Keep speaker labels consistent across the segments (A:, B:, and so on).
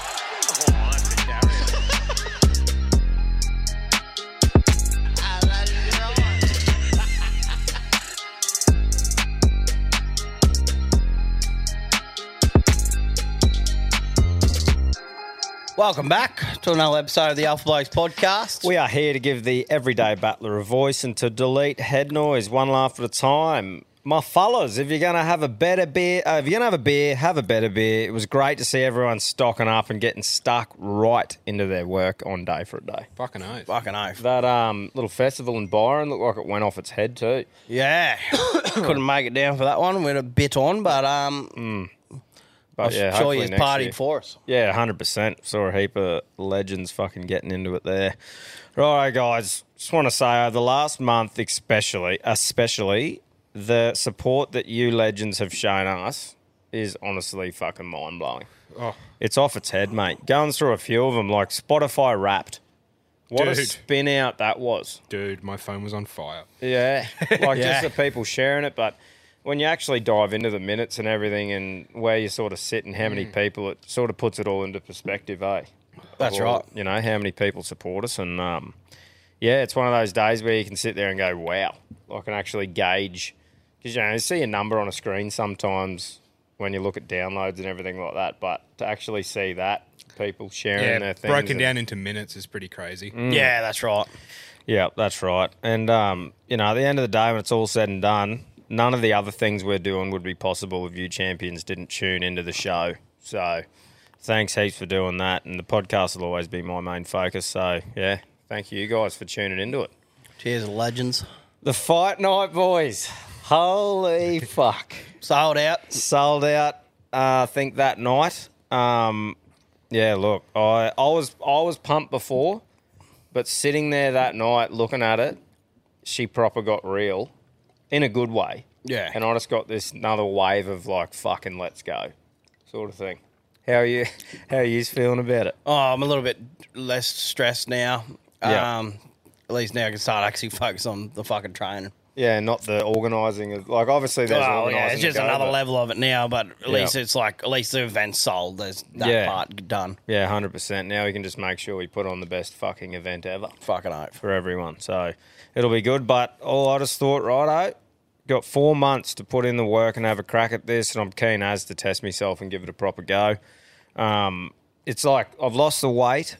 A: Welcome back to another episode of the Alpha Blokes podcast.
B: We are here to give the everyday battler a voice and to delete head noise one laugh at a time. My fellas, if you're gonna have a better beer, uh, if you're gonna have a beer, have a better beer. It was great to see everyone stocking up and getting stuck right into their work on day for a day.
C: Fucking oath.
A: Fucking oath.
B: That um, little festival in Byron looked like it went off its head too.
A: Yeah. Couldn't make it down for that one. We're a bit on, but um,
B: But
A: sure
B: yeah, hopefully
A: you've
B: next
A: partied
B: year.
A: for us.
B: Yeah, hundred percent. Saw a heap of legends fucking getting into it there. Right, guys. Just want to say over the last month, especially, especially the support that you legends have shown us is honestly fucking mind blowing. It's off its head, mate. Going through a few of them, like Spotify Wrapped. What a
C: Dude.
B: spin out that was.
C: Dude, my phone was on fire.
B: Yeah, like
A: Yeah.
B: just the people sharing it. But when you actually dive into the minutes and everything, and where you sort of sit and how many people, it sort of puts it all into perspective, eh?
A: That's
B: Or,
A: right.
B: You know how many people support us, and um, yeah, it's one of those days where you can sit there and go, "Wow!" I can actually gauge because you know you see a number on a screen sometimes when you look at downloads and everything like that, but to actually see that people sharing
C: Yeah,
B: their things Mm.
C: broken
B: and-
C: down into minutes is pretty crazy.
A: Yeah, that's right.
B: Yeah, that's right. And um, you know, at the end of the day, when it's all said and done, none of the other things we're doing would be possible if you champions didn't tune into the show. So, thanks heaps for doing that. And the podcast will always be my main focus. So, yeah, thank you guys for tuning into it.
A: Cheers, legends.
B: The fight night, boys. Holy fuck!
A: Sold out.
B: sold out. Uh, I think that night. Um, yeah, look, I, I was I was pumped before, but sitting there that night looking at it, she proper got real, in a good way.
A: Yeah.
B: and I just got this another wave of like fucking let's go, sort of thing. How are you? How are you feeling about it?
A: Oh, I'm a little bit less stressed now.
B: Yeah.
A: Um, at least now I can start actually focus on the fucking training.
B: Yeah, not the organising of like obviously there's
A: Oh
B: organising
A: yeah, it's
B: to
A: just
B: go,
A: another
B: but-
A: level of it now. But at
B: Yeah.
A: least it's like at least the event's sold. There's that
B: Yeah.
A: part done.
B: Yeah, hundred percent. Now we can just make sure we put on the best fucking event ever.
A: Fucking oath.
B: for everyone. So it'll be good. But all I just thought, righto, got four months to put in the work and have a crack at this, and I'm keen as to test myself and give it a proper go. Um, it's like I've lost the weight,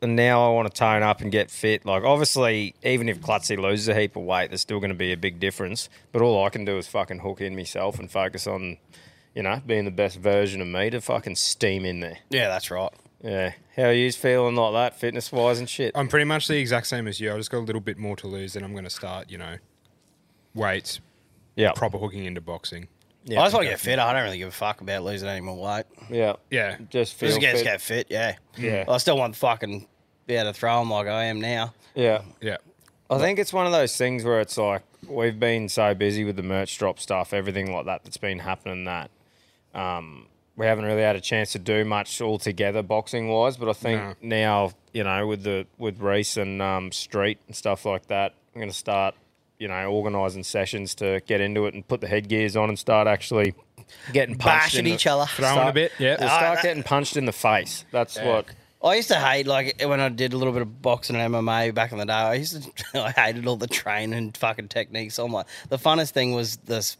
B: and now I want to tone up and get fit. Like obviously, even if Klutzy loses a heap of weight, there's still going to be a big difference. But all I can do is fucking hook in myself and focus on, you know, being the best version of me to fucking steam in there.
A: Yeah, that's right.
B: Yeah. How are you feeling like that, fitness wise and shit?
C: I'm pretty much the exact same as you. I just got a little bit more to lose, and I'm going to start, you know, weights,
B: Yeah.
C: proper hooking into boxing.
B: Yeah.
A: I just want to get fit. I don't really give a fuck about losing any more weight.
B: Yeah.
C: Yeah.
B: Just feel
A: Just get,
B: fit.
A: just get fit. Yeah.
B: Yeah.
A: I still want fucking be able to throw them like I am now.
B: Yeah.
C: Yeah.
B: I think it's one of those things where it's like we've been so busy with the merch drop stuff, everything like that that's been happening that um, we haven't really had a chance to do much altogether boxing wise. But I think
C: No.
B: now you know with the with Reese and um, Street and stuff like that, I'm going to start you know organising sessions to get into it and put the headgears on and start actually getting punched
A: Bash at
B: in the-
A: each other.
C: Throwing
B: start-
C: a bit. Yeah.
B: We'll start getting punched in the face. That's what.
A: I used to hate like when I did a little bit of boxing and MMA back in the day. I used to I hated all the training and fucking techniques. I'm like the funnest thing was this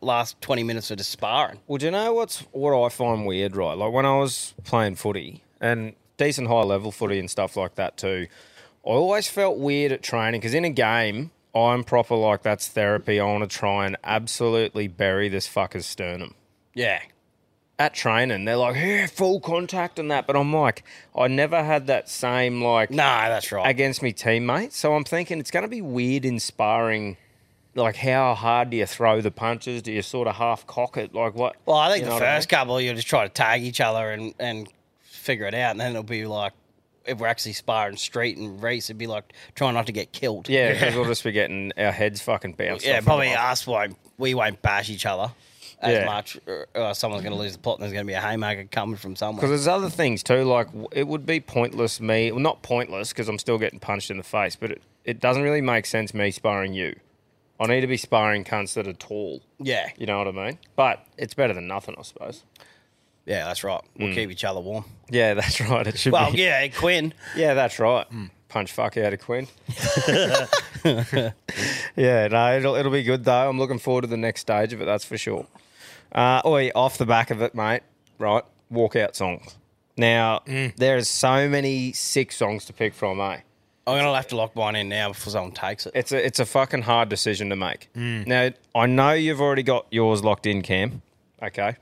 A: last twenty minutes of just sparring.
B: Well, do you know what's what I find weird, right? Like when I was playing footy and decent high level footy and stuff like that too, I always felt weird at training because in a game I'm proper like that's therapy. I want to try and absolutely bury this fucker's sternum
A: Yeah,
B: at training. They're like, yeah, full contact and that, but I'm like, I never had that same like
A: no, that's right.
B: against me teammates. So I'm thinking it's going to be weird in sparring. Like, how hard do you throw the punches? Do you sort of half cock it? Like, what?
A: well, I think
B: you
A: the
B: know what I mean?
A: first couple you'll just try to tag each other and and figure it out, and then it'll be like if we're actually sparring street and race, it'd be like trying not to get killed.
B: Yeah, because we'll just be getting our heads fucking bounced.
A: yeah,
B: off
A: probably
B: them.
A: us won't. We won't bash each other as
B: Yeah.
A: much. Or, or someone's going to lose the plot, and there's going to be a haymaker coming from somewhere.
B: Because there's other things too. Like w- it would be pointless me. Well, not pointless because I'm still getting punched in the face, but it, it doesn't really make sense me sparring you. I need to be sparring cunts that are tall.
A: Yeah,
B: You know what I mean? But it's better than nothing, I suppose.
A: yeah, that's right. We'll
B: Hmm.
A: keep each other warm.
B: Yeah, that's right. It should
A: Well,
B: be.
A: yeah, Quinn.
B: Yeah, that's right.
A: Hmm.
B: Punch fuck out of Quinn. yeah, no, it'll, it'll be good though. I'm looking forward to the next stage of it, that's for sure. Uh, oi, off the back of it, mate, right? Walkout songs. Now,
A: Mm.
B: there is so many sick songs to pick from, eh?
A: I'm going to have to lock mine in now before someone takes it. Mm.
B: It's a, it's a fucking hard decision to make. Now, I know you've already got yours locked in, Cam, okay?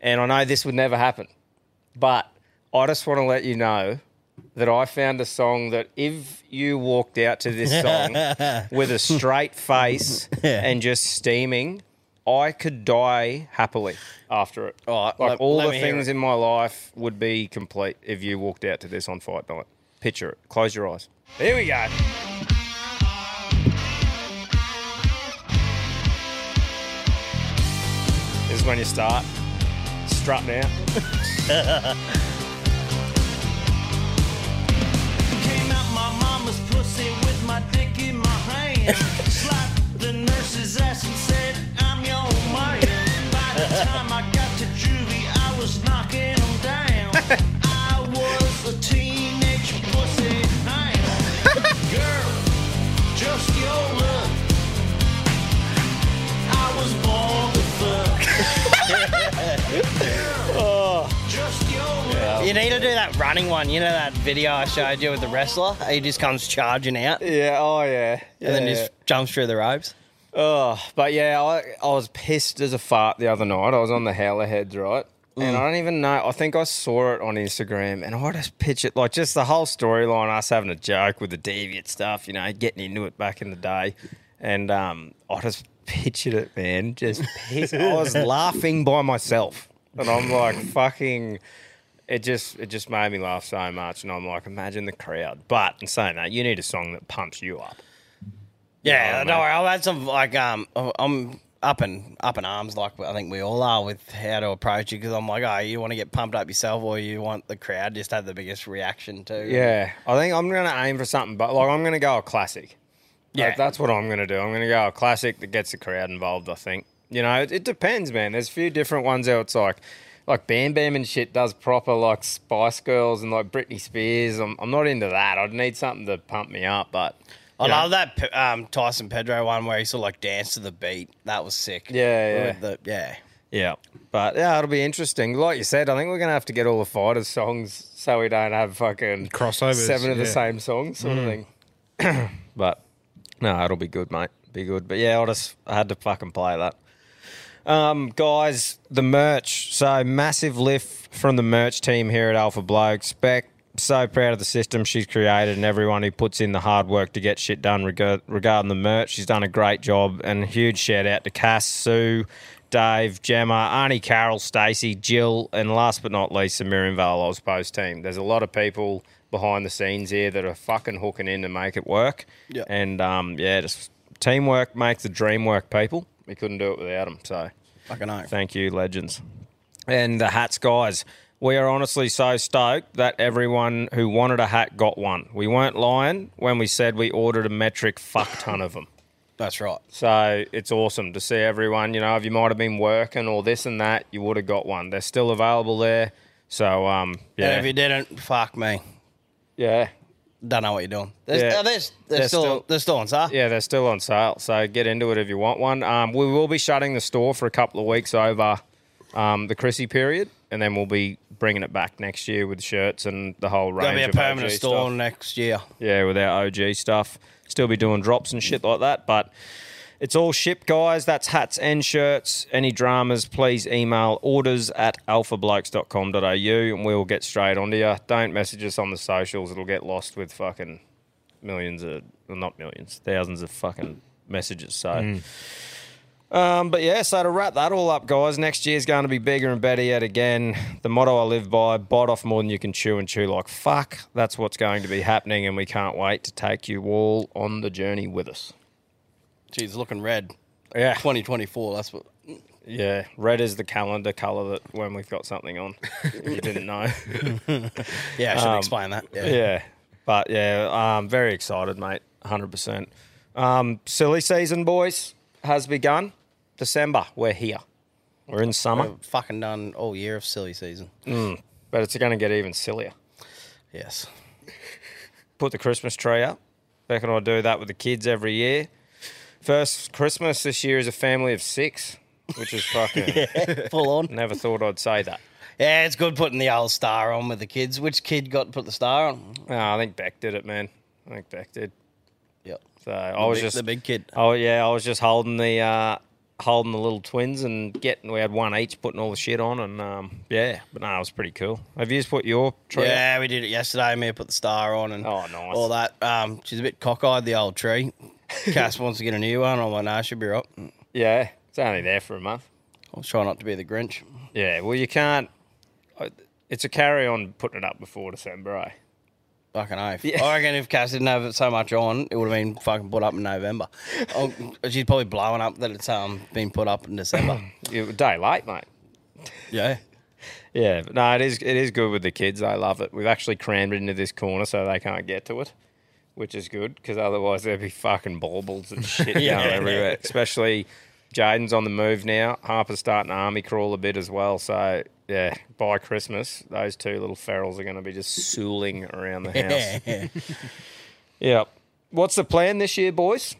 B: And I know this would never happen, but I just want to let you know that I found a song that if you walked out to this song with a straight face and just steaming, I could die happily after it.
A: All right,
B: like
A: let-
B: all
A: let
B: the
A: me hear
B: things
A: it.
B: in my life would be complete if you walked out to this on fight night. Picture it. Close your eyes. There we go. This is when you start strutting out.
D: Came out my mama's pussy with my dick in my hand. Slapped the nurse's ass and said, I'm your man. By the time I got to juvie, I was knocking 'em down. I was a teenage pussy hound. Girl, just your look. I was born to fuck. Girl, Just your look.
B: Oh.
A: You need to do that running one. You know that video I showed you with the wrestler? He just comes charging out and
B: Yeah, oh yeah.
A: then
B: Yeah.
A: just jumps through the ropes.
B: Oh, but yeah, I, I was pissed as a fart the other night. I was on the howler heads, right? And I don't even know. I think I saw it on Instagram, and I just pictured like just the whole storyline, us having a joke with the deviant stuff, you know, getting into it back in the day, and um, I just pictured it, man, just piss. I was laughing by myself, and I'm like, fucking. It just it just made me laugh so much, and I'm like, imagine the crowd. But in saying that, you need a song that pumps you up.
A: Yeah,
B: Yeah,
A: don't
B: mate.
A: worry. I've had some like um, I'm up in up in arms like I think we all are with how to approach it because I'm like, oh, you want to get pumped up yourself or you want the crowd just to have the biggest reaction to.
B: Yeah, I think I'm gonna aim for something, but like I'm gonna go a classic. Yeah,
A: Yeah.
B: that's what I'm gonna do. I'm gonna go a classic that gets the crowd involved. I think you know it, it depends, man. There's a few different ones out. It's like like Bam Bam and shit does proper like Spice Girls and like Britney Spears. I'm I'm not into that. I'd need something to pump me up, but
A: I
B: you know.
A: love that P- um, Tyson Pedro one where he sort of like danced to the beat. That was sick.
B: Yeah, yeah.
A: With the- yeah.
B: Yeah. But yeah, it'll be interesting. Like you said, I think we're going to have to get all the fighters' songs so we don't have fucking
C: Crossovers,
B: Seven of the
C: yeah. Mm.
B: same songs, sort of thing. but no, it'll be good, mate. Be good. But yeah, I just I had to fucking play that. Um, guys, the merch. So massive lift from the merch team here at Alpha Bloke. Spec, so proud of the system she's created and everyone who puts in the hard work to get shit done reg- regarding the merch. She's done a great job and a huge shout out to Cass, Sue, Dave, Gemma, Arnie Carroll, Stacey, Jill, and last but not least, the Miriam Vale Oz Post team. There's a lot of people behind the scenes here that are fucking hooking in to make it work.
A: Yeah.
B: And um, yeah, just teamwork makes the dream work, people. We couldn't do it without them. So
A: Fucking know.
B: thank you, legends. And the hats, guys. We are honestly so stoked that everyone who wanted a hat got one. We weren't lying when we said we ordered a metric fuck ton of them.
A: That's right.
B: So it's awesome to see everyone. You know, if you might have been working or this and that, you would have got one. They're still available there. So um,
A: And
B: yeah,
A: if you didn't, fuck me.
B: yeah,
A: Don't know what you're doing. There's,
B: Yeah.
A: uh, there's, there's
B: They're
A: still,
B: still-
A: there's still on sale.
B: yeah. They're still on sale. So get into it if you want one. Um, we will be shutting the store for a couple of weeks over um, the Chrissy period, and then we'll be bringing it back next year with shirts and the whole range.
A: Gonna be a
B: of
A: permanent
B: OG
A: store
B: stuff.
A: next year.
B: Yeah, with our OG stuff. Still be doing drops and shit like that, but it's all ship, guys. That's hats and shirts. Any dramas, please email orders at alphablokes.com.au and we'll get straight onto you. Don't message us on the socials. It'll get lost with fucking millions of, well, not millions, thousands of fucking messages. So. Um, but yeah, so to wrap that all up, guys, next year's going to be bigger and better yet again. The motto I live by bite off more than you can chew and chew like fuck. That's what's going to be happening, and we can't wait to take you all on the journey with us.
A: Geez, looking red.
B: Yeah.
A: 2024. That's what.
B: Yeah. Red is the calendar color that when we've got something on, if you didn't know.
A: Yeah, I should explain that. Yeah.
B: Um, yeah. But yeah, um, very excited, mate. 100%. Um, silly season, boys, has begun. December, we're here. We're in summer,
A: I've Fucking done all year of silly season.
B: but it's going to get even sillier.
A: Yes.
B: put the Christmas tree up. Beck and I do that with the kids every year. First Christmas this year is a family of six, which is fucking.
A: Full on.
B: Never thought I'd say that.
A: Yeah, it's good putting the old star on with the kids. Which kid got to put the star on?
B: No, I think Beck did it, man. I think Beck did.
A: Yep.
B: So I was
A: big-
B: just
A: the big kid.
B: Oh yeah, I was just holding the uh, holding the little twins and getting. We had one each, putting all the shit on, and um, yeah, but no, it was pretty cool. Have you just put your tree? up?
A: Yeah, we did it yesterday. Me put the star on and
B: Oh, nice.
A: all that. Um, she's a bit cockeyed, the old tree. Cass wants to get a new one. I'm like, nah, she'll be right.
B: yeah. It's only there for a month.
A: I'll try not to be the Grinch.
B: Yeah. Well, you can't. It's a carry on putting it up before December, eh?
A: Fucking oath.
B: Yeah.
A: I reckon if Cass didn't have it so much on, it would have been fucking put up in November. Oh, she's probably blowing up that it's um been put up in December.
B: It was a day late, mate.
A: yeah.
B: Yeah, but no, it is it is good with the kids. They love it. We've actually crammed it into this corner so they can't get to it, which is good because otherwise there'd be fucking baubles and shit going everywhere. Especially Jaden's on the move now. Harper's starting to army crawl a bit as well. So yeah, by Christmas, those two little ferals are going to be just sooling around the house. Yep. What's the plan this year, boys?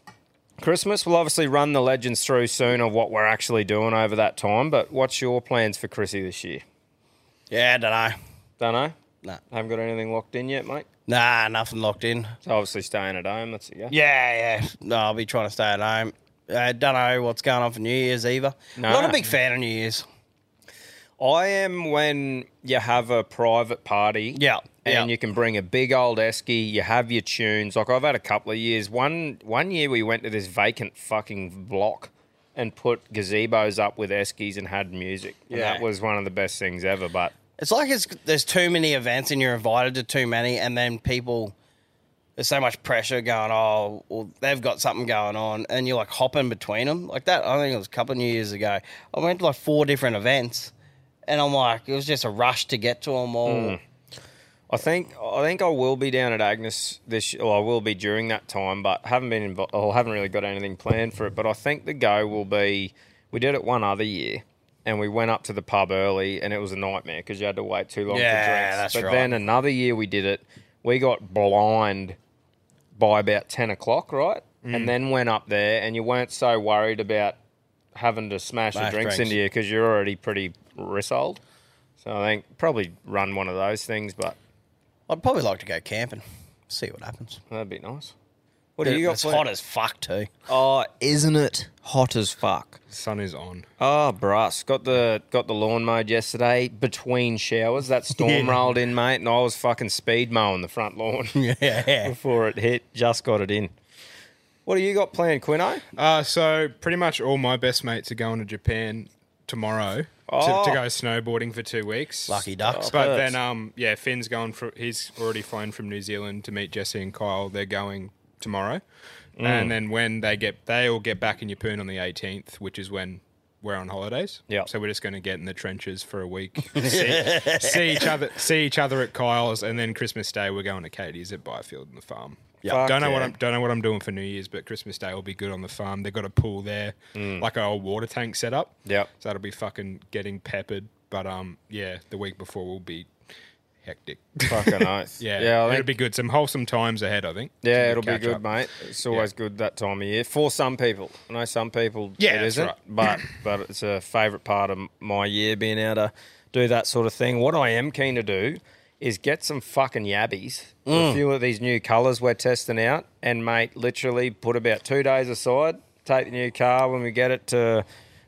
B: Christmas. We'll obviously run the legends through soon of what we're actually doing over that time. But what's your plans for Chrissy this year?
A: yeah, I don't know.
B: Don't know.
A: Nah.
B: Haven't got anything locked in yet, mate.
A: Nah, nothing locked in.
B: So obviously staying at home. That's a go.
A: Yeah, yeah. No, I'll be trying to stay at home. I don't know what's going on for New Year's either. Not a big fan of New Year's.
B: I am when you have a private party.
A: Yeah,
B: And
A: yeah.
B: you can bring a big old esky. You have your tunes. Like I've had a couple of years. One one year we went to this vacant fucking block and put gazebos up with eskies and had music. And
A: Yeah.
B: that was one of the best things ever. But
A: It's like it's, there's too many events and you're invited to too many, and then people, there's so much pressure going, oh, well, they've got something going on, and you're like hopping between them. Like that, I think it was a couple of New Years ago. I went to like four different events, and I'm like, it was just a rush to get to them all.
B: I think I think I will be down at Agnes this. Well, I will be during that time, but haven't been involved. Or haven't really got anything planned for it. But I think the go will be. We did it one other year, and we went up to the pub early, and it was a nightmare because you had to wait too long
A: Yeah,
B: for drinks.
A: that's
B: but
A: right.
B: then another year we did it. We got blind by about ten o'clock, right?
A: Mm.
B: And then went up there, and you weren't so worried about having to smash, the
A: Smash
B: drinks,
A: drinks.
B: into you because you're already pretty rissoled. So I think probably run one of those things, but.
A: I'd probably like to go camping, see what happens.
B: That'd be nice. What
A: It's hot as fuck, too.
B: Oh, isn't it hot as fuck?
C: Sun is on.
B: Oh, brass. Got the got the lawn mowed yesterday between showers. That storm rolled in, mate, and I was fucking speed mowing the front lawn
A: Yeah.
B: before it hit. Just got it in. What do you got planned, Quino?
C: Uh, so pretty much all my best mates are going to Japan tomorrow to,
B: Oh.
C: to go snowboarding for two weeks.
E: Lucky ducks.
C: But
B: Perth.
C: then, um, yeah, Finn's going for. He's already flown from New Zealand to meet Jesse and Kyle. They're going tomorrow,
B: Mm.
C: and then when they get, they all get back in Yapoon on the 18th, which is when we're on holidays.
B: Yep.
C: So we're just going to get in the trenches for a week, see, see each other, see each other at Kyle's, and then Christmas Day we're going to Katie's at Byfield and the farm.
B: Fuck
C: don't know what
B: yeah.
C: I'm don't know what I'm doing for New Year's, but Christmas Day will be good on the farm. They've got a pool there,
B: Mm.
C: like an old water tank set up.
B: Yep.
C: So that'll be fucking getting peppered. But um, yeah, the week before will be hectic.
B: Fucking nice.
C: yeah,
B: yeah, I
C: it'll
B: think-
C: be good. Some wholesome times ahead, I think. Some
B: yeah, it'll be
C: catch
B: good,
C: up.
B: mate. It's always
C: Yeah.
B: good that time of year for some people. I know some people it
C: Yeah, that's
B: isn't,
C: right.
B: but but it's a favourite part of my year being able to do that sort of thing. What I am keen to do is get some fucking yabbies,
C: Mm.
B: a few of these new colours we're testing out, and mate, literally put about two days aside, take the new car when we get it to.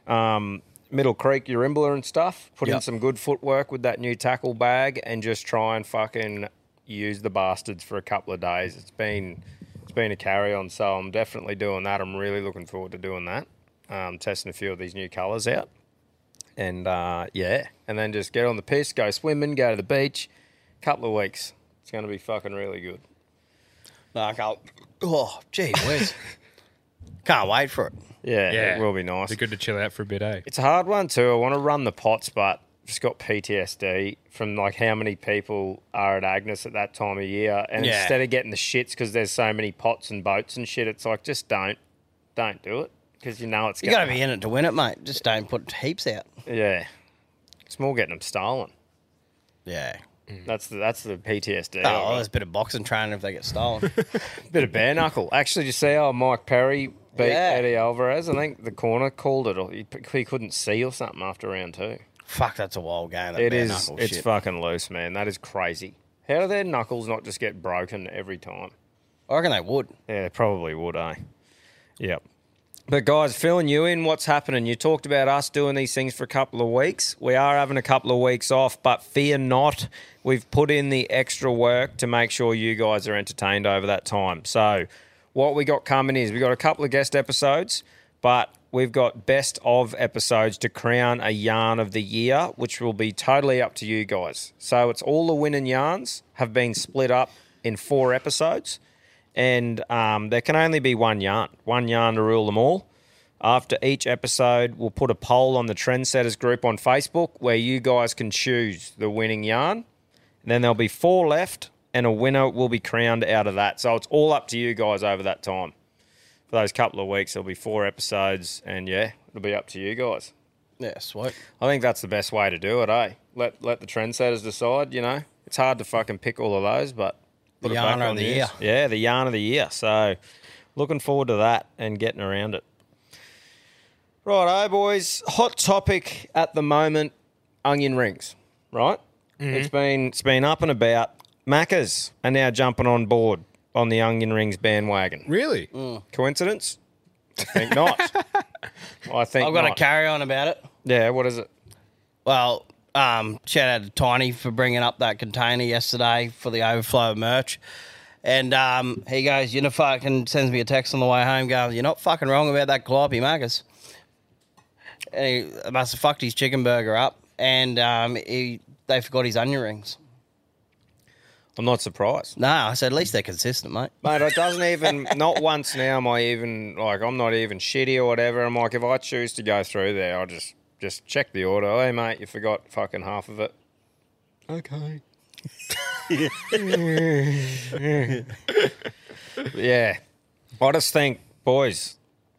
B: Um, Middle Creek, Urimbla and stuff. Put in
E: Yep.
B: some good footwork with that new tackle bag, and just try and fucking use the bastards for a couple of days. It's been it's been a carry on, so I'm definitely doing that. I'm really looking forward to doing that. Um, testing a few of these new colours out, and uh, yeah, and then just get on the piss, go swimming, go to the beach. Couple of weeks, it's going to be fucking really good.
A: No, I can't.
E: Oh, gee whiz. Can't wait for it.
B: Yeah,
C: Yeah,
B: it will be nice.
C: It'll be good to chill out for a bit, eh?
B: It's a hard one too. I want to run the pots, but just got PTSD from like how many people are at Agnes at that time of year. And
A: Yeah.
B: instead of getting the shits because there's so many pots and boats and shit, it's like just don't, don't do it because you know it's
A: You got to be in it to win it, mate. Just don't put heaps out.
B: yeah. It's more getting them stolen.
A: Yeah.
B: That's the that's the PTSD. I've
A: Oh,
B: got.
A: there's a bit of boxing training if they get stolen.
B: Bit of bare knuckle. Actually, did you see how Mike Perry beat
A: Yeah.
B: Eddie Alvarez? I think the corner called it, or he, he couldn't see or something after round two.
A: Fuck, that's a wild game. That
B: It
A: bare
B: is.
A: knuckle
B: It's
A: shit.
B: fucking loose, man. That is crazy. How do their knuckles not just get broken every time?
A: I reckon they would.
B: Yeah, they probably would, eh? Yep. But guys, filling you in, what's happening? You talked about us doing these things for a couple of weeks. We are having a couple of weeks off, but fear not. We've put in the extra work to make sure you guys are entertained over that time. So, what we got coming is we got a couple of guest episodes, but we've got best of episodes to crown a yarn of the year, which will be totally up to you guys. So, it's all the winning yarns have been split up in four episodes and um, there can only be one yarn, one yarn to rule them all. After each episode, we'll put a poll on the Trendsetters group on Facebook where you guys can choose the winning yarn. Then there'll be four left, and a winner will be crowned out of that. So it's all up to you guys over that time. For those couple of weeks, there'll be four episodes, and yeah, it'll be up to you guys.
A: Yeah, sweet.
B: I think that's the best way to do it, eh? Let let the trendsetters decide. You know, it's hard to fucking pick all of those, but put
A: The
B: it
A: yarn
B: back
A: of
B: on
A: the
B: yours.
A: year.
B: Yeah, the yarn of the year. So, looking forward to that and getting around it. Right, oh boys. Hot topic at the moment: onion rings. Right?
A: Mm-hmm.
B: It's been it's been up and about. Maccas are now jumping on board on the onion rings bandwagon.
C: Really?
B: Mm. Coincidence? I think not. I think
A: I've got to
B: not.
A: carry on about it.
B: Yeah, what is it?
A: Well, um, shout out to Tiny for bringing up that container yesterday for the overflow of merch. And um, he goes, you know, fucking sends me a text on the way home, goes, you're not fucking wrong about that Calliope Marcus. And he must have fucked his chicken burger up, and um, he, they forgot his onion rings.
B: I'm not surprised.
A: No, I said, at least they're consistent, mate.
B: Mate, it doesn't even, not once now am I even, like, I'm not even shitty or whatever. I'm like, if I choose to go through there, I'll just, just check the order. Hey, mate, you forgot fucking half of it.
C: Okay.
B: Yeah. I just think, boys,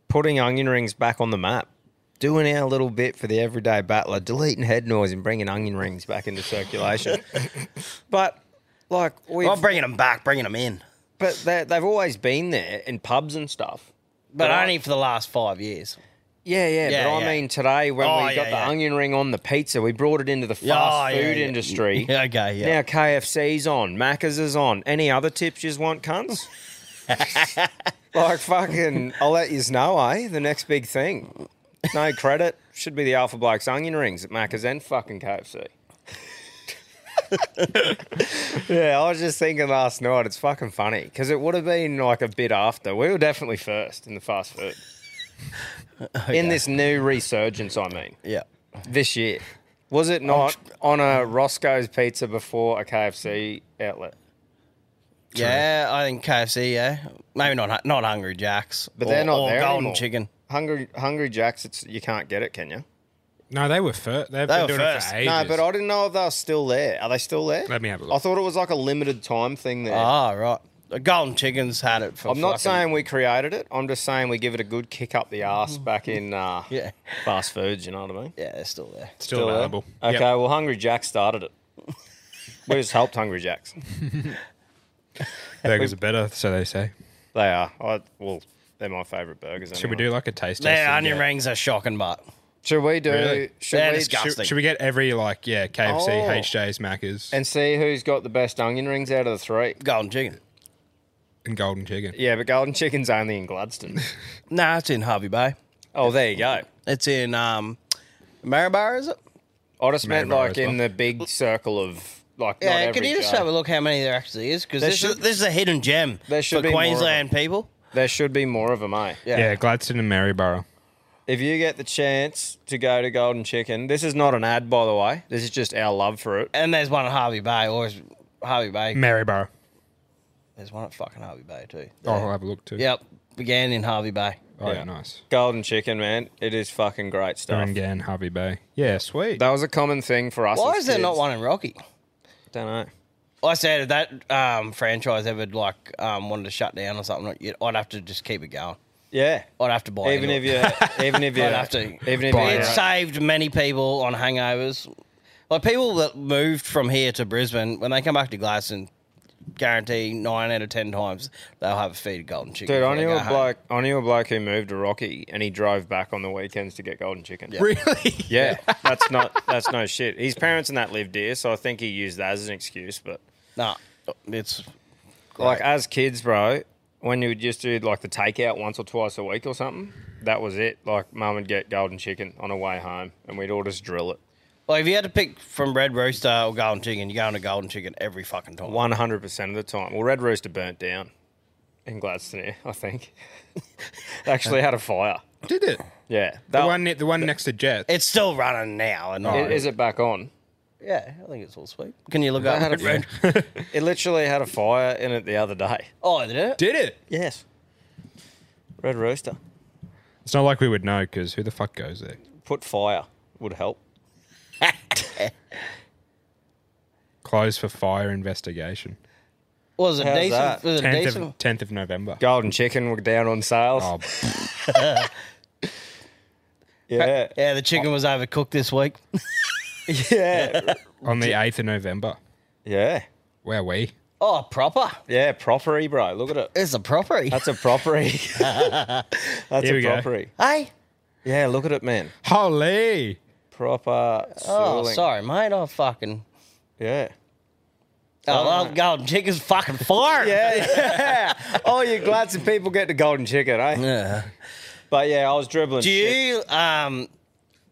B: putting onion rings back on the map, doing our little bit for the everyday battler, deleting head noise and bringing onion rings back into circulation. but, like, we've,
A: I'm bringing them back, bringing them in.
B: but they, they've always been there in pubs and stuff.
A: But
B: I-
A: only for the last five years.
B: Yeah, yeah,
A: Yeah,
B: but I
A: yeah.
B: mean today when
A: Oh,
B: we got
A: yeah,
B: the
A: yeah.
B: onion ring on the pizza, we brought it into the fast
A: Oh, yeah,
B: food
A: yeah.
B: industry.
A: Yeah, okay, yeah.
B: Now KFC's on, Macca's is on. Any other tips you want, cunts? like fucking, I'll let you know, eh? The next big thing. No credit should be the Alpha Blokes onion rings at Macca's and fucking KFC. yeah, I was just thinking last night. It's fucking funny because it would have been like a bit after. We were definitely first in the fast food. In this new resurgence, I mean.
A: yeah.
B: this year. Was it not on a Roscoe's Pizza before a KFC outlet?
A: Yeah, I think KFC. Yeah, maybe not hu- not Hungry Jacks,
B: But
A: or-
B: they're not
A: or
B: there
A: Golden
B: anymore.
A: Chicken.
B: Hungry Hungry Jacks, it's you can't get it, can you?
C: No, they were first. They've
A: They
C: been
A: were
C: doing
A: first.
C: it for ages.
B: No, but I didn't know if they were still there. Are they still there?
C: Let me have a
B: I
C: look.
B: thought it was like a limited time thing there.
A: Oh, right. The Golden Chicken's had it for.
B: I'm not
A: fucking-
B: saying we created it. I'm just saying we give it a good kick up the ass back in uh,
A: Yeah,
B: fast foods. You know what I mean?
A: yeah, they're still there.
C: still,
B: Still there?
C: available.
B: Okay,
C: Yep.
B: well, Hungry Jack started it. we just helped Hungry Jacks.
C: burgers are better, so they say.
B: They are. I, well, they're my favourite burgers.
C: Should we
B: anyway.
C: do like a taste test?
A: Their
C: and
A: onion
C: get-
A: rings are shocking, but
B: Should we do?
C: Really?
B: Should
A: They're
B: we
A: disgusting.
C: Should, should we get every like yeah KFC,
B: Oh.
C: HJ's, Macca's, and,
B: and see who's got the best onion rings out of the three?
A: Golden Chicken.
C: Golden Chicken?
B: Yeah, but Golden Chicken's only in Gladstone.
A: Nah, it's in Harvey Bay.
B: oh, there you go.
A: It's in um, Maribor, is it?
B: I just meant
C: Maribor
B: like
C: as
B: in
C: well.
B: the big circle of like. not
A: Yeah,
B: every
A: could you just
B: Joe.
A: have a look how many there actually is? Because this, is
B: should-
A: this is a hidden gem
B: There should
A: for
B: be more of
A: Queensland people.
B: There should be more of them, eh?
C: Yeah. Gladstone and Maryborough.
B: If you get the chance to go to Golden Chicken, this is not an ad, by the way. This is just our love for it.
A: And there's one at Harvey Bay, or is Harvey Bay.
C: Maryborough.
A: There's one at fucking Harvey Bay too.
C: Oh, I'll have a look too.
A: Yep, began in Harvey Bay.
C: Oh yeah,
B: Yeah.
C: nice.
B: Golden Chicken, man, it is fucking great stuff.
C: Darren Gann, Harvey Bay. Yeah, sweet.
B: That was a common thing for us.
A: Why
B: as
A: is there not
B: kids.
A: one in Rocky?
B: Don't know.
A: I said if that um, franchise ever like um, wanted to shut down or something, like, you'd- I'd have to just keep it going.
B: Yeah.
A: I'd have to buy
B: even
A: into
B: if
A: it.
B: you, even if you,
A: I'd have to.
B: even if
C: Buy
B: you,
C: it.
A: It saved many people on hangovers. Like people that moved from here to Brisbane, when they come back to Gladstone, guarantee nine out of ten times they'll have a feed of golden chicken.
B: Dude,
A: before
B: I
A: they
B: knew
A: go
B: a
A: home.
B: bloke. I knew a bloke who moved to Rocky, and he drove back on the weekends to get golden chicken. Yeah,
C: Really?
B: that's not that's no shit. His parents and that lived here, so I think he used that as an excuse. But
A: No, it's
B: like as kids, bro, when you would just do like the takeout once or twice a week or something, that was it. Like mum would get golden chicken on her way home, and we'd all just drill it.
A: like if you had to pick from Red Rooster or Golden Chicken, you're going to Golden Chicken every fucking time.
B: One hundred percent of the time. Well, Red Rooster burnt down in Gladstone, here, I think. they actually had a fire.
C: Did it?
B: Yeah,
C: The
B: that
C: one, ne- the one next to Jet.
A: It's still running now, and
B: i-
A: I-
B: Is it back on?
A: yeah, I think it's all sweet. Can you look
B: I had
A: up?
B: a It literally had a fire in it the other day.
A: Oh, did it?
C: Did it?
B: Yes. Red Rooster.
C: It's not like we would know because who the fuck goes there?
B: Put fire would help.
C: Closed for fire investigation.
A: Was it
B: How's
A: decent?
B: that?
A: Was it
C: Tenth of
A: decent?
C: tenth of November.
B: Golden chicken were down on sales.
C: Oh,
B: yeah.
A: Yeah, the chicken was overcooked this week.
B: Yeah.
C: on the eighth of November.
B: yeah.
C: Where we?
A: Oh, proper.
B: Yeah. Property, bro. Look at it.
A: It's a property.
B: That's a property. That's
C: Here we
B: a
C: go.
B: property.
A: Hey.
B: Yeah. Look at it, man.
C: Holy!
B: Proper.
A: Oh,
B: Sewing.
A: sorry, mate. I fucking.
B: Yeah.
A: I love golden chicken's fucking fire.
B: Oh, Yeah, yeah. Oh, you're glad some people get the golden chicken, eh?
A: yeah.
B: But yeah, I was dribbling.
A: Do
B: shit.
A: you? Um,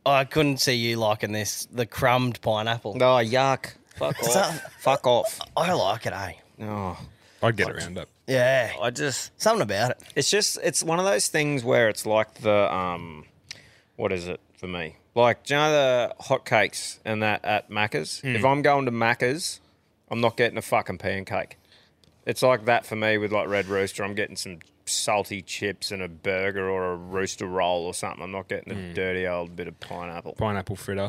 A: I couldn't see you liking this. The crumbed pineapple.
B: Oh, yuck. Fuck off. Fuck off.
A: I like it, eh?
B: Oh.
C: I'd get around it.
A: Yeah.
B: I just.
A: Something about it. Oh,
B: It's just it's one of those things where it's like the um, what is it for me? Like do you know the hotcakes and that at Macca's.
A: Hmm.
B: If I'm going to Macca's, I'm not getting a fucking pancake. It's like that for me with like Red Rooster. I'm getting some salty chips and a burger or a rooster roll or something. I'm not getting a dirty old bit of pineapple.
C: Pineapple fritter.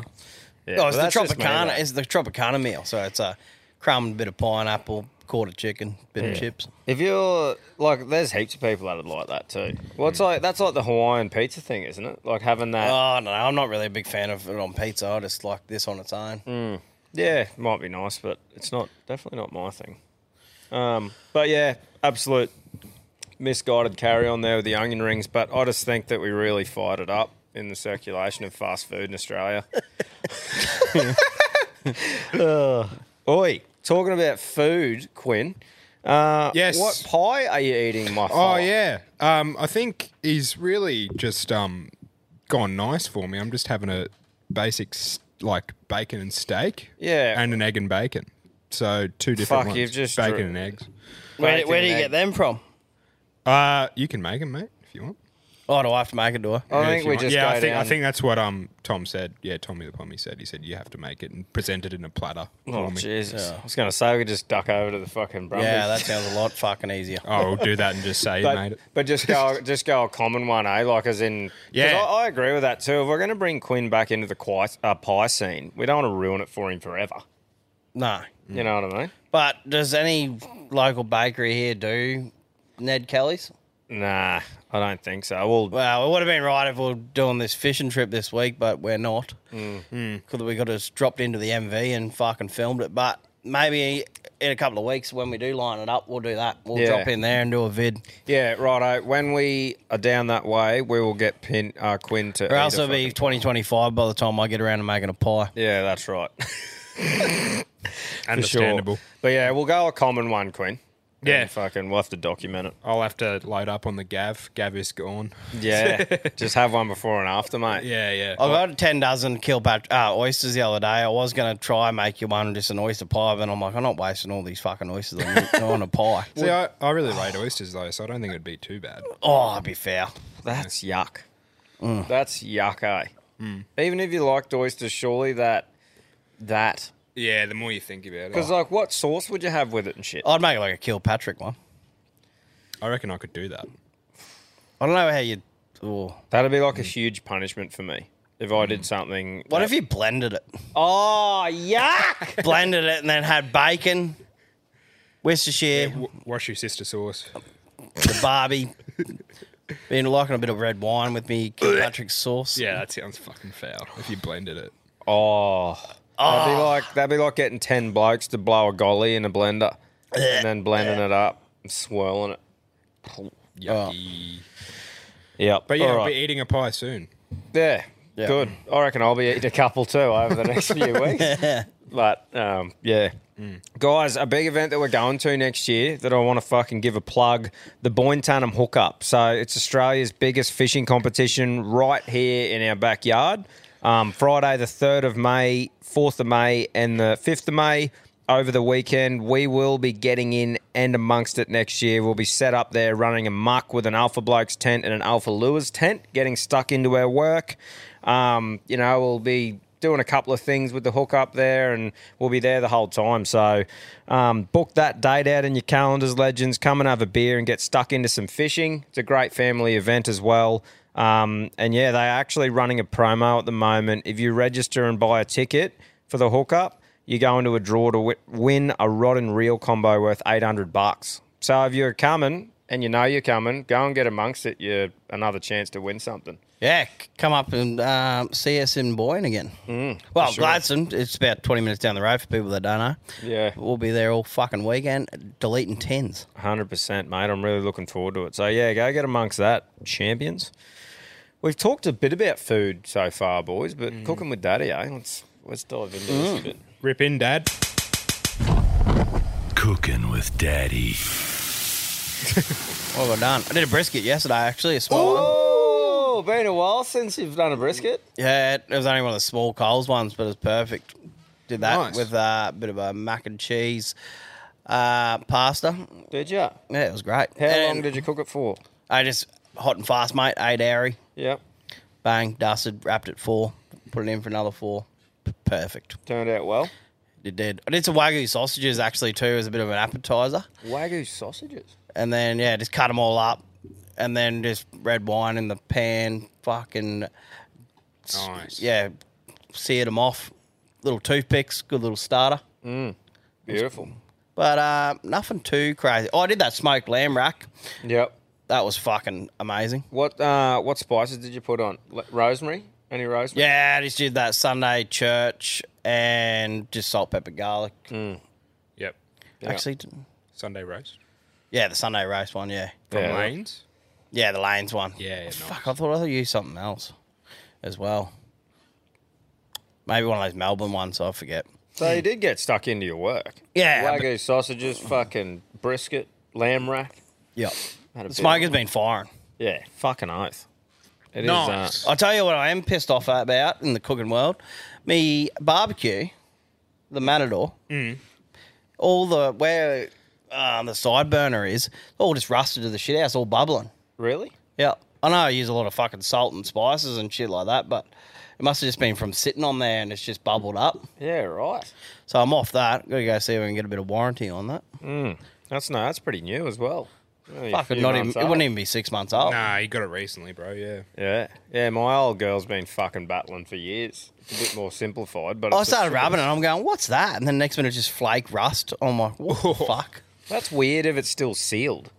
A: Oh,
B: Yeah, but
A: Hmm. it's
B: that's
A: the
B: just me,
A: tropicana.
B: though.
A: it's the tropicana meal. So it's a crumbed bit of pineapple, quarter chicken, bit of chips.
B: If you're like, there's heaps of people that are like that too. Well,
A: Hmm.
B: it's like that's like the Hawaiian pizza thing, isn't it? Like having that.
A: Oh no, I'm not really a big fan of it on pizza. I just like this on its own.
B: Yeah, might be nice, but it's not definitely not my thing. Um, but yeah, absolute misguided carry on there with the onion rings. But I just think that we really fired it up in the circulation of fast food in Australia. Ugh. Oi, talking about food, Quinn. Uh,
C: Yes.
B: What pie are you eating, my?
C: Oh
B: fella?
C: yeah. Um, I think he's really just um gone nice for me. I'm just having a basic s- like bacon and steak.
B: Yeah.
C: And an egg and bacon. So two different
B: Fuck,
C: ones.
B: you've just
C: bacon
B: dri-
C: and eggs.
A: Where,
B: Bacon
A: where do you
B: and
A: get
B: egg.
A: them from?
C: Uh, you can make them, mate, if you want.
A: Oh, do I have to make it? Do I?
F: I
C: if
F: think
C: you
F: we
C: want.
F: just
C: yeah.
F: go
C: I think I
F: down-
C: think that's what um Tom said. Yeah, Tommy the Pommy said. He said you have to make it and present it in a platter.
B: Oh,
C: for me.
B: Jesus. I was going to say we just duck over to the fucking Brumbies.
A: Yeah, that sounds a lot fucking easier.
C: Oh, we'll do that and just say you made
B: But,
C: it.
B: but just go, just go a common one, eh? Like as in, 'cause
C: Yeah.
B: I, I agree with that too. If we're going to bring Quinn back into the qui- uh, pie scene, we don't want to ruin it for him forever.
A: No,
B: You know what I mean?
A: but does any local bakery here do Ned Kelly's?
B: Nah, I don't think so. Well,
A: Well, it would have been right if we are doing this fishing trip this week, but we're not.
B: Mm-hmm.
A: Because we could have dropped into the MV and fucking filmed it. But maybe in a couple of weeks when we do line it up, we'll do that. We'll
B: Yeah.
A: drop in there and do a vid.
B: yeah, righto. When we are down that way, we will get Pin uh, Quinn to.
A: Or
B: eat
A: else
B: a
A: it'll be
B: fucking-
A: 2025 by the time I get around to making a pie.
B: Yeah, that's right. For sure.
C: Understandable.
B: But yeah, we'll go a common one, Quinn.
C: Yeah.
B: And fucking, we'll have to document it.
C: I'll have to load up on the Gav. Gav is gone.
B: Yeah, just have one before and after, mate.
C: Yeah, yeah.
A: I got 10 dozen Kilpat uh, oysters the other day. I was going to try and make you one, just an oyster pie, but I'm like, I'm not wasting all these fucking oysters on, on a pie.
C: See, I, I really rate oysters though, so I don't think it'd be too bad.
A: Oh, I'd be fair.
B: That's yuck. That's yuck, eh?
C: Hmm.
B: Even if you liked oysters, surely that that
C: Yeah, the more you think about it,
B: because like what sauce would you have with it and shit?
A: I'd make it like a Kilpatrick one.
C: I reckon I could do that.
A: I don't know how you. Oh.
B: That'd be
C: Hmm.
B: like a huge punishment for me if I did something.
A: What
B: that-
A: if you blended it?
B: Oh yuck!
A: blended it and then had bacon, Worcestershire,
C: W- wash your sister sauce.
A: the Barbie. Been liking a bit of red wine with me Kilpatrick sauce.
C: Yeah, that sounds fucking foul. If you blended it,
B: oh, that'd be like that'd be like getting ten blokes to blow a golly in a blender and then blending it up and swirling it.
C: yucky.
A: Oh.
B: Yep.
C: But yeah,
B: all
C: I'll
B: right.
C: be eating a pie soon.
B: Yeah, good. I reckon I'll be eating a couple too over the next few weeks. But um, yeah,
C: Hmm.
B: guys, a big event that we're going to next year that I want to fucking give a plug: the Bointanum Hookup. So it's Australia's biggest fishing competition right here in our backyard. Um, Friday the third of May, fourth of May, and the fifth of May. Over the weekend, we will be getting in and amongst it next year. We'll be set up there running a muck with an Alpha Blokes tent and an Alpha Lures tent, getting stuck into our work. Um, you know, we'll be doing a couple of things with the hook up there, and we'll be there the whole time. So, um, book that date out in your calendars, legends. Come and have a beer and get stuck into some fishing. It's a great family event as well. Um, and yeah, they're actually running a promo at the moment. If you register and buy a ticket for the hookup, you go into a draw to wi- win a rod and reel combo worth 800 bucks. So if you're coming and you know you're coming, go and get amongst it. You're another chance to win something.
A: Yeah, c- come up and um, see us in Boyne again. Mm, well, Gladstone, it's about 20 minutes down the road for people that don't know.
B: Yeah.
A: We'll be there all fucking weekend deleting tens.
B: Hundred percent, mate. I'm really looking forward to it. So yeah, go get amongst that, champions. We've talked a bit about food so far, boys, but
A: Mm.
B: cooking with daddy, eh? Let's let's dive into this a bit.
C: Rip in, Dad.
G: Cooking with Daddy.
A: Well, we're done. I did a brisket yesterday, actually, a small one.
B: Oh, been a while since you've done a brisket.
A: Yeah, it was only one of the small Coles ones, but it's perfect. Did that
C: Nice.
A: with uh, a bit of a mac and cheese uh, pasta.
B: Did you? How
A: Yeah, it was great.
B: long did you cook it for?
A: I just hot and fast, mate. Eight airy,
B: Yep.
A: bang, dusted, wrapped it four, put it in for another four. P- Perfect.
B: Turned out well.
A: It did. I did some wagyu sausages actually too as a bit of an appetizer,
B: Wagyu sausages.
A: and then yeah, just cut them all up, and then just red wine in the pan. Fucking
C: Nice.
A: yeah, seared them off. Little toothpicks, good little starter.
B: Beautiful.
A: But uh, nothing too crazy. Oh, I did that smoked lamb rack.
B: Yep.
A: That was fucking amazing.
B: What uh what spices did you put on? Le- rosemary? Any rosemary?
A: Yeah, I just did that Sunday church and just salt, pepper, garlic.
C: Yep.
A: Actually, d-
C: Sunday roast
A: yeah, the Sunday roast one. Yeah,
C: from
B: Yeah.
C: Lanes. Oh,
A: yeah, the lanes one.
C: Yeah, yeah,
A: Fuck, I thought I used something else as well. Maybe one of those Melbourne ones. I forget.
B: So you did get stuck into your work.
A: Yeah, but-
B: Wagyu sausages, fucking brisket, lamb rack.
A: yeah.
B: Had
A: The
B: a bit
A: smoke
B: of-
A: has been firing.
B: Yeah, fucking oath. It is.
C: Nice.
B: uh,
A: I'll tell you what I am pissed off about in the cooking world. Me barbecue, the matador, all the where um, the side burner is, all just rusted to the shit house, all bubbling.
B: really?
A: Yeah. I know I use a lot of fucking salt and spices and shit like that, but it must have just been from sitting on there and it's just bubbled up.
B: Yeah, right.
A: So I'm off that. Gotta go see if we can get a bit of warranty on that.
B: That's no, that's pretty new as well. Only a
A: Fucking
B: few
A: not even.
B: months
A: It wouldn't
B: old.
A: even be six months old.
C: Nah, he got it recently, bro. Yeah.
B: Yeah, yeah. My old girl's been fucking battling for years. It's a bit more simplified, but
A: I
B: it's a
A: started
B: shit-
A: Oh, rubbing it. and I'm going, what's that? And then next minute, it's just flake rust. I'm like, what the fuck?
B: That's weird if it's still sealed.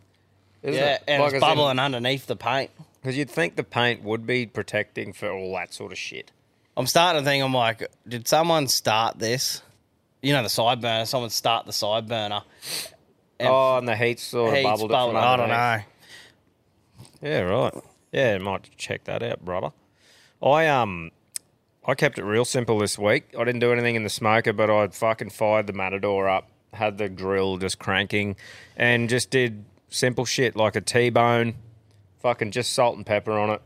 B: Isn't
A: Yeah,
B: it?
A: and it's bubbling underneath the paint.
B: because you'd think the paint would be protecting for all that sort of shit.
A: I'm starting to think, I'm like, did someone start this? You know, the side burner. Someone start the side burner. And
B: oh, and the heat sort of
A: heat's
B: bubbled. it
A: bubbling.
B: from
A: I don't
B: underneath.
A: know.
B: Yeah, right. Yeah, I might check that out, brother. I um I kept it real simple this week. I didn't do anything in the smoker, but I fucking fired the matador up, had the grill just cranking, and just did simple shit like a T-bone, fucking just salt and pepper on it.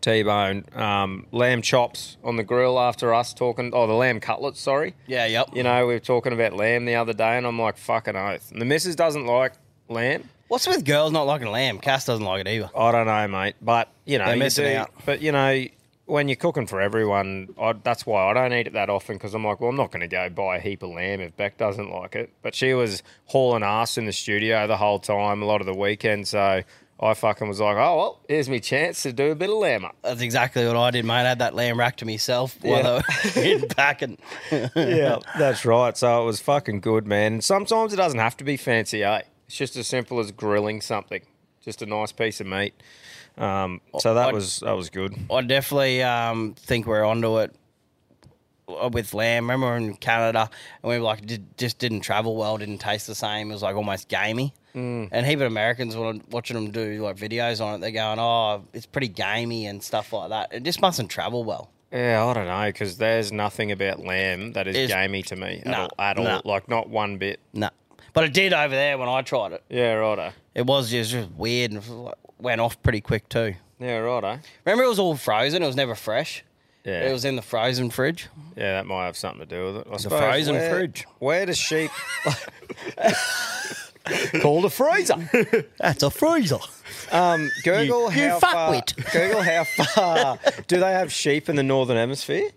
B: T-bone, um, lamb chops on the grill after us talking. Oh, the lamb cutlets, sorry.
A: Yeah, yep.
B: You know, we were talking about lamb the other day, and I'm like, fucking oath. And the missus doesn't like lamb.
A: What's with girls not liking lamb? Cass doesn't like it either.
B: I don't know, mate. But you know,
A: They're
B: you
A: missing
B: do-
A: out.
B: But you know, when you're cooking for everyone, I, that's why I don't eat it that often because I'm like, well, I'm not going to go buy a heap of lamb if Beck doesn't like it. But she was hauling ass in the studio the whole time, a lot of the weekend, so. I fucking was like, oh well, here's my chance to do a bit of lamb up.
A: That's exactly what I did, mate. I had that lamb rack to myself while they were in back and
B: Yeah, that's right. So it was fucking good, man. And sometimes it doesn't have to be fancy, eh? It's just as simple as grilling something, just a nice piece of meat. Um, so that
A: I-
B: was that was good.
A: I definitely um, think we're onto it uh, with lamb. Remember we're in Canada and we were like did, just didn't travel well, didn't taste the same. It was like almost gamey. Mm. And heap of Americans when I'm watching them do like videos on it, they're going, "Oh, it's pretty gamey and stuff like that." It just mustn't travel well.
B: Yeah, I don't know because there's nothing about lamb that is
A: It's-
B: gamey to me at
A: Nah,
B: all. At all.
A: nah.
B: Like not one bit.
A: No, but it did over there when I tried it.
B: Yeah, righto.
A: It was just, just weird and it was like- went off pretty quick too.
B: Yeah, righto.
A: Remember, it was all frozen. It was never fresh.
B: Yeah,
A: It was in the frozen fridge.
B: yeah, that might have something to do with it. I the
A: frozen fridge.
B: Where does sheep call the freezer?
A: That's a freezer.
B: Um, Google
A: You- you
B: how far.
A: fuckwit.
B: Google how far do they have sheep in the northern hemisphere?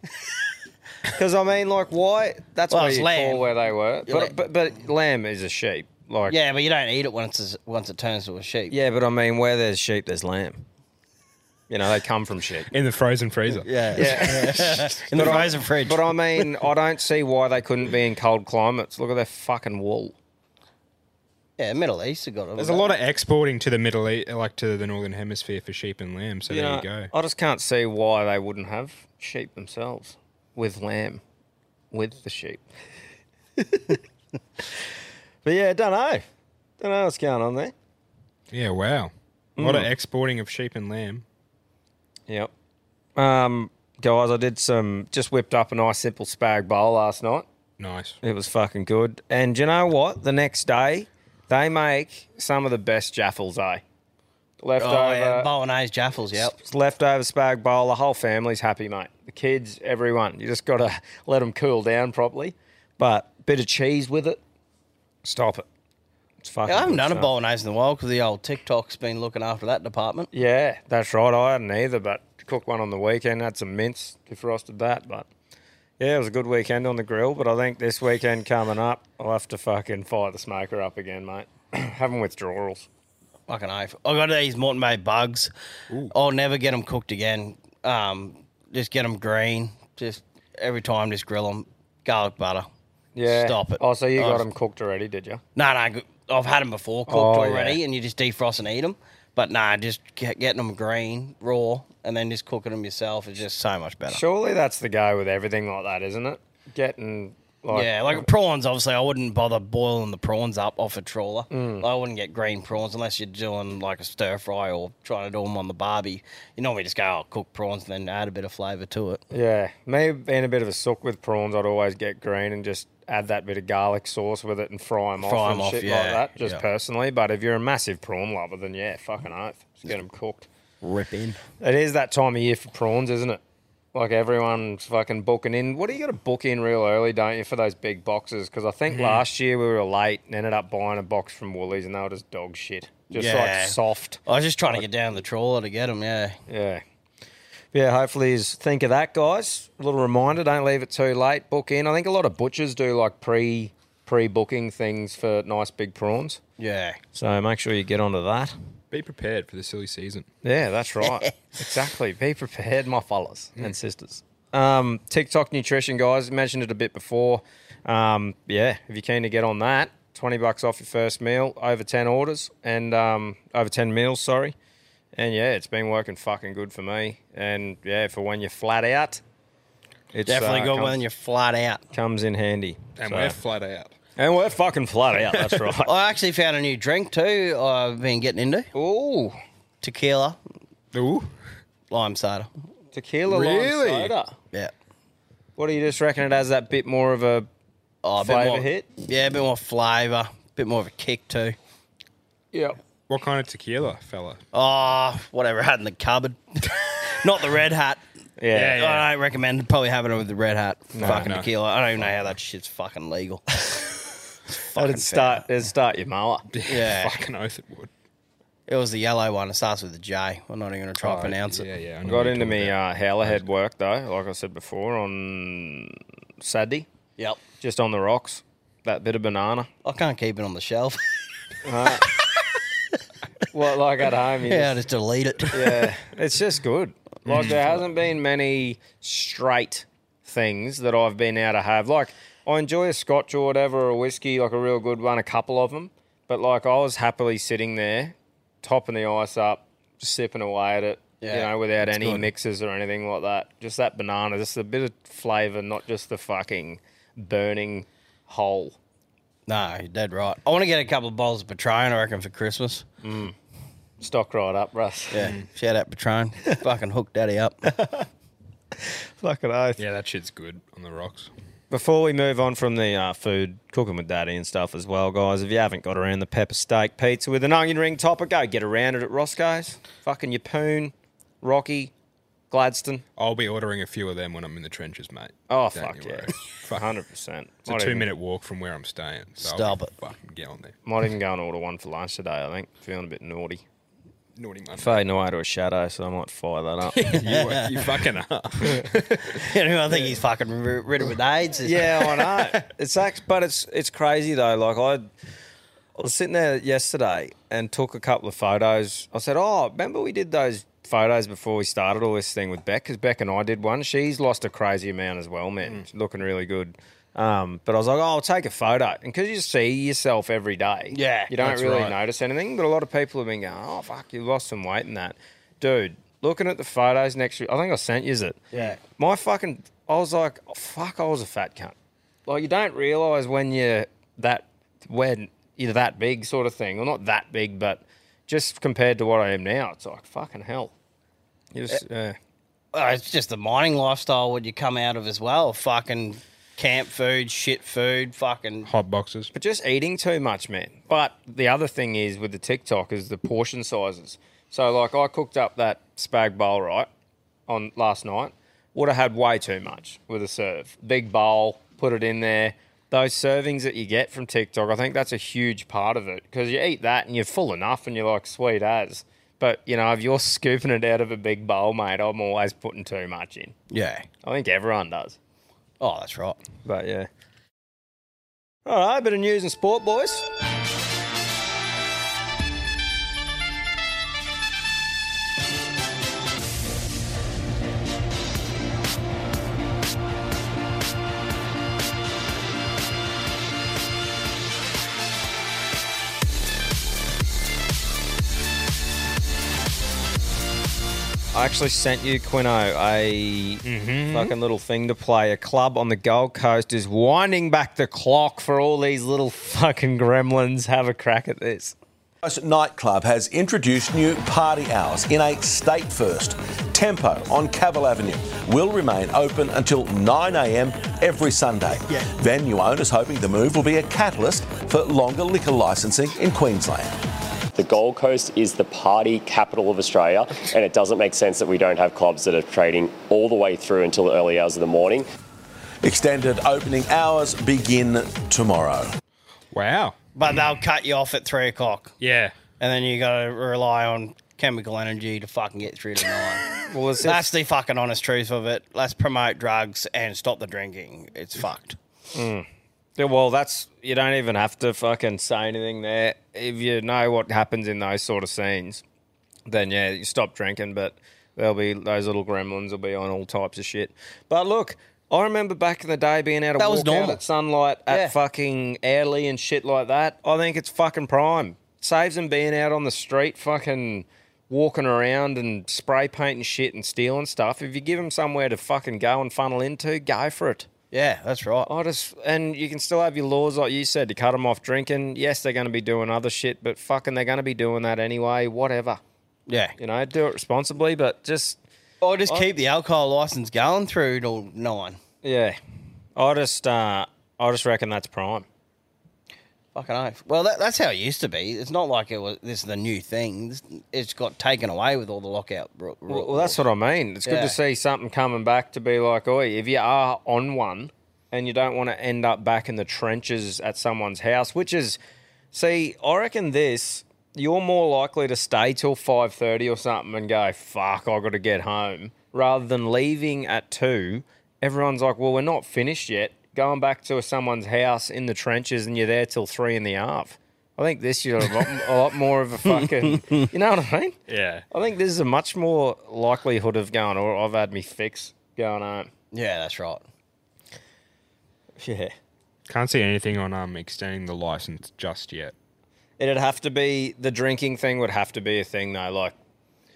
B: Because I mean, like, why? That's
A: Well,
B: why
A: it's
B: you
A: lamb.
B: call where they were.
A: like-
B: But, but but lamb is a sheep. Like
A: Yeah, but you don't eat it once it's, once it turns to a sheep.
B: Yeah, but I mean, where there's sheep, there's lamb. You know, they come from sheep.
C: In the frozen freezer.
A: Yeah. in the
B: But I-
A: frozen fridge.
B: But I mean, I don't see why they couldn't be in cold climates. Look at their fucking wool.
A: yeah, Middle East have got it.
C: There's a lot of exporting to the Middle East, like to the Northern Hemisphere for sheep and lamb. So there
B: know,
C: you go.
B: I just can't see why they wouldn't have sheep themselves with lamb, with the sheep. but yeah, don't know. Don't know what's going on there.
C: Yeah, wow. A lot of exporting of sheep and lamb.
B: Yep. Um, guys, I did some, just whipped up a nice simple spag bowl last night.
C: Nice.
B: It was fucking good. And you know what? The next day, they make some of the best jaffles, eh?
A: Oh,
B: Leftover,
A: yeah, uh, Bolognese Jaffles, yep.
B: s- leftover spag bowl. The whole family's happy, mate. The kids, everyone. You just got to let them cool down properly. But bit of cheese with it. Stop it. It's fucking.
A: I haven't
B: good
A: done a
B: stuff.
A: Bolognese in a while because the old TikTok's been looking after that department.
B: Yeah, that's right. I hadn't either, but cooked one on the weekend. Had some mince, defrosted that, but. Yeah, it was a good weekend on the grill, but I think this weekend coming up, I'll have to fucking fire the smoker up again, mate. Having withdrawals.
A: Fucking oath. I got these Morton Bay bugs. I'll never get them cooked again. Um, just get them green. Just every time, just grill them. Garlic butter.
B: Yeah.
A: Stop it.
B: Oh, so you got
A: I've-
B: them cooked already, did you?
A: No, no, I've had them before, cooked
B: Oh, yeah.
A: already, and you just defrost and eat them. But nah, just get, getting them green, raw, and then just cooking them yourself is just so much better.
B: Surely that's the go with everything like that, isn't it? Getting like
A: Yeah, like prawns, obviously, I wouldn't bother boiling the prawns up off a trawler.
B: Mm.
A: I wouldn't get green prawns unless you're doing like a stir fry or trying to do them on the barbie. You normally just go, oh, cook prawns and then add a bit of flavour to it.
B: yeah. Me being a bit of a sook with prawns, I'd always get green and just add that bit of garlic sauce with it and fry them
A: Fry
B: off
A: 'em
B: and
A: off,
B: shit
A: yeah,
B: like that. Just
A: yeah.
B: personally, but if you're a massive prawn lover, then yeah, fucking oath, just get them cooked.
A: Rip in.
B: It is that time of year for prawns, isn't it? like everyone's fucking booking in. What do you got to book in real early, don't you, for those big boxes? Because I think
A: Mm-hmm.
B: last year we were late and ended up buying a box from Woolies, and they were just dog shit, just
A: Yeah.
B: like soft.
A: I was just trying to get down the trawler to get him. Yeah.
B: Yeah. Yeah, hopefully is think of that, guys. A little reminder, don't leave it too late. Book in. I think a lot of butchers do like pre pre booking things for nice big prawns.
A: Yeah.
B: So make sure you get onto that.
C: Be prepared for the silly season.
B: Yeah, that's right. exactly. Be prepared, my fellas and sisters. Um, TikTok nutrition, guys. Mentioned it a bit before. Um, yeah, if you're keen to get on that, twenty bucks off your first meal, over ten orders, and um, over ten meals. Sorry, and yeah, it's been working fucking good for me. And yeah, for when you're flat out, it's
A: Definitely
B: uh,
A: good
B: comes,
A: when you're flat out.
B: comes in handy.
C: And
B: So-
C: we're flat out.
B: and we're fucking flat out. That's right.
A: I actually found a new drink too. I've been getting into
B: Ooh,
A: tequila,
C: Ooh.
A: lime soda.
B: tequila
C: Really?
B: lime soda.
A: Yeah.
B: What do you just reckon? It has that bit more of a
A: Oh, a bit
B: Flavour
A: more-
B: hit?
A: Yeah, a bit more flavour, bit more of a kick too.
B: yeah.
C: What kind of tequila, fella?
A: Oh, whatever I had in the cupboard. Not the red hat.
B: Yeah.
A: I don't recommend probably having it with the red hat. fucking
C: no.
A: tequila. I don't even know how that shit's fucking legal.
B: I did start. It'd start your mower.
A: Yeah.
C: Fucking oath it would.
A: It was the yellow one. It starts with a J. I'm not even going to try to pronounce
C: Yeah,
A: it.
C: yeah. I
B: I
C: know what
B: got
C: you're
B: into
C: talking
B: me
C: about.
B: uh, howlerhead work though, like I said before, on Saturday,
A: Yep.
B: just on the rocks. That bit of banana.
A: I can't keep it on the shelf.
B: Well, like at home, you
A: yeah, I just
B: just-
A: delete it.
B: yeah, it's just good.
A: Mm-hmm.
B: Like there hasn't been many straight things that I've been able to have. Like I enjoy a scotch or whatever, or a whiskey, like a real good one, a couple of them. But like I was happily sitting there, topping the ice up, just sipping away at it. you
A: Yeah,
B: know, without any
A: good.
B: mixes or anything like that. Just that banana, just a bit of flavour, not just the fucking burning hole.
A: No, you're dead right. I want to get a couple of bottles of Patron, I reckon, for Christmas.
B: Stock right up, Russ.
A: Yeah. Shout out Patron. Fucking hook daddy up.
B: Fucking oath.
C: Yeah, that shit's good on the rocks.
B: Before we move on from the uh, food, cooking with daddy and stuff as well, guys, if you haven't got around the pepper steak pizza with an onion ring topper, go get around it at Roscoe's. Fucking Yapoon, Rocky, Gladstone.
C: I'll be ordering a few of them when I'm in the trenches, mate.
B: Oh,
C: Don't
B: fuck
C: you
B: yeah.
C: worry.
B: Fuck, 100%. It's
C: It's a two minute walk from where I'm staying. So I'll
A: Stop
C: be
A: it.
C: Fucking get on there.
B: Might even go and order one for lunch today, I think. Feeling a bit naughty.
C: Naughty man.
B: Fading away to a shadow, so I might fire that up.
C: you, are- you fucking are.
A: you know, I think he's fucking ri- rid of with AIDS.
B: Yeah, I know. It's act, but it's it's crazy though. Like I, I was sitting there yesterday and took a couple of photos. I said, "Oh, remember we did those photos before we started all this thing with Beck? Because Beck and I did one. She's lost a crazy amount as well, man. She's looking really good." Um, but I was like, oh, I'll take a photo. And because you see yourself every day,
A: Yeah,
B: you don't
C: that's
B: really
C: right.
B: notice anything. But a lot of people have been going, oh, fuck, you lost some weight in that. Dude, looking at the photos next week, I think I sent you it.
A: Yeah.
B: My fucking, I was like, oh, fuck, I was a fat cunt. Like, you don't realize when you're that, when you're that big, sort of thing. Well, not that big, but just compared to what I am now, it's like, fucking hell. You just, yeah.
A: Well, it's just the mining lifestyle what you come out of as well. Fucking camp food, shit food, fucking
C: Hot boxes.
B: But just eating too much, man. But the other thing is with the TikTok is the portion sizes. So like I cooked up that spag bowl right on last night. Would have had way too much with a serve. Big bowl, put it in there. Those servings that you get from TikTok, I think that's a huge part of it because you eat that and you're full enough and you're like sweet as. But you know, if you're scooping it out of a big bowl, mate, I'm always putting too much in.
A: yeah.
B: I think everyone does.
A: Oh, that's right.
B: But yeah. All right, bit of news and sport, boys. I actually sent you, Quino, a fucking little thing to play. A club on the Gold Coast is winding back the clock for all these little fucking gremlins. Have a crack at this.
H: Paradise Nightclub has introduced new party hours in a state first. Tempo on Cavill Avenue will remain open until 9am every Sunday. Venue owners hoping the move will be a catalyst for longer liquor licensing in Queensland.
I: The Gold Coast is the party capital of Australia, and it doesn't make sense that we don't have clubs that are trading all the way through until the early hours of the morning.
H: Extended opening hours begin tomorrow.
C: Wow.
A: But they'll cut you off at three o'clock,
C: Yeah.
A: and then you got to rely on chemical energy to fucking get through to nine.
B: Well, it's,
A: That's the fucking honest truth of it. Let's promote drugs and stop the drinking. It's fucked.
B: Yeah, well, that's you don't even have to fucking say anything there. If you know what happens in those sort of scenes, then yeah, you stop drinking. But there'll be those little gremlins will be on all types of shit. But look, I remember back in the day being out of
A: That was normal.
B: at sunlight at
A: Yeah.
B: fucking Airlie and shit like that. I think it's fucking prime. Saves them being out on the street, fucking walking around and spray painting shit and stealing stuff. If you give them somewhere to fucking go and funnel into, go for it.
A: Yeah, that's right.
B: I just and you can still have your laws like you said to cut them off drinking. Yes, they're going to be doing other shit, but fucking they're going to be doing that anyway. Whatever,
A: Yeah.
B: you know, do it responsibly, but just
A: Or just keep the alcohol license going through till nine.
B: yeah. I just uh I just reckon that's prime.
A: Fucking oath. Well, that, that's how it used to be. It's not like it was. This is the new thing. This, it's got taken away with all the lockout. ru- ru-
B: Well, well, that's what I mean. It's good
A: Yeah.
B: to see something coming back to be like, oi, if you are on one and you don't want to end up back in the trenches at someone's house, which is, see, I reckon this, you're more likely to stay till 5.30 or something and go, fuck, i got to get home, rather than leaving at 2. Everyone's like, well, we're not finished yet. Going back to someone's house in the trenches and you're there till 3 in the half. I think this year a lot, a lot more of a fucking, you know what I mean?
C: Yeah.
B: I think there's a much more likelihood of going, or I've had me fix going uh, home.
A: yeah, that's right.
B: Yeah.
C: Can't see anything on um extending the license just yet.
B: It'd have to be, the drinking thing would have to be a thing though. Like,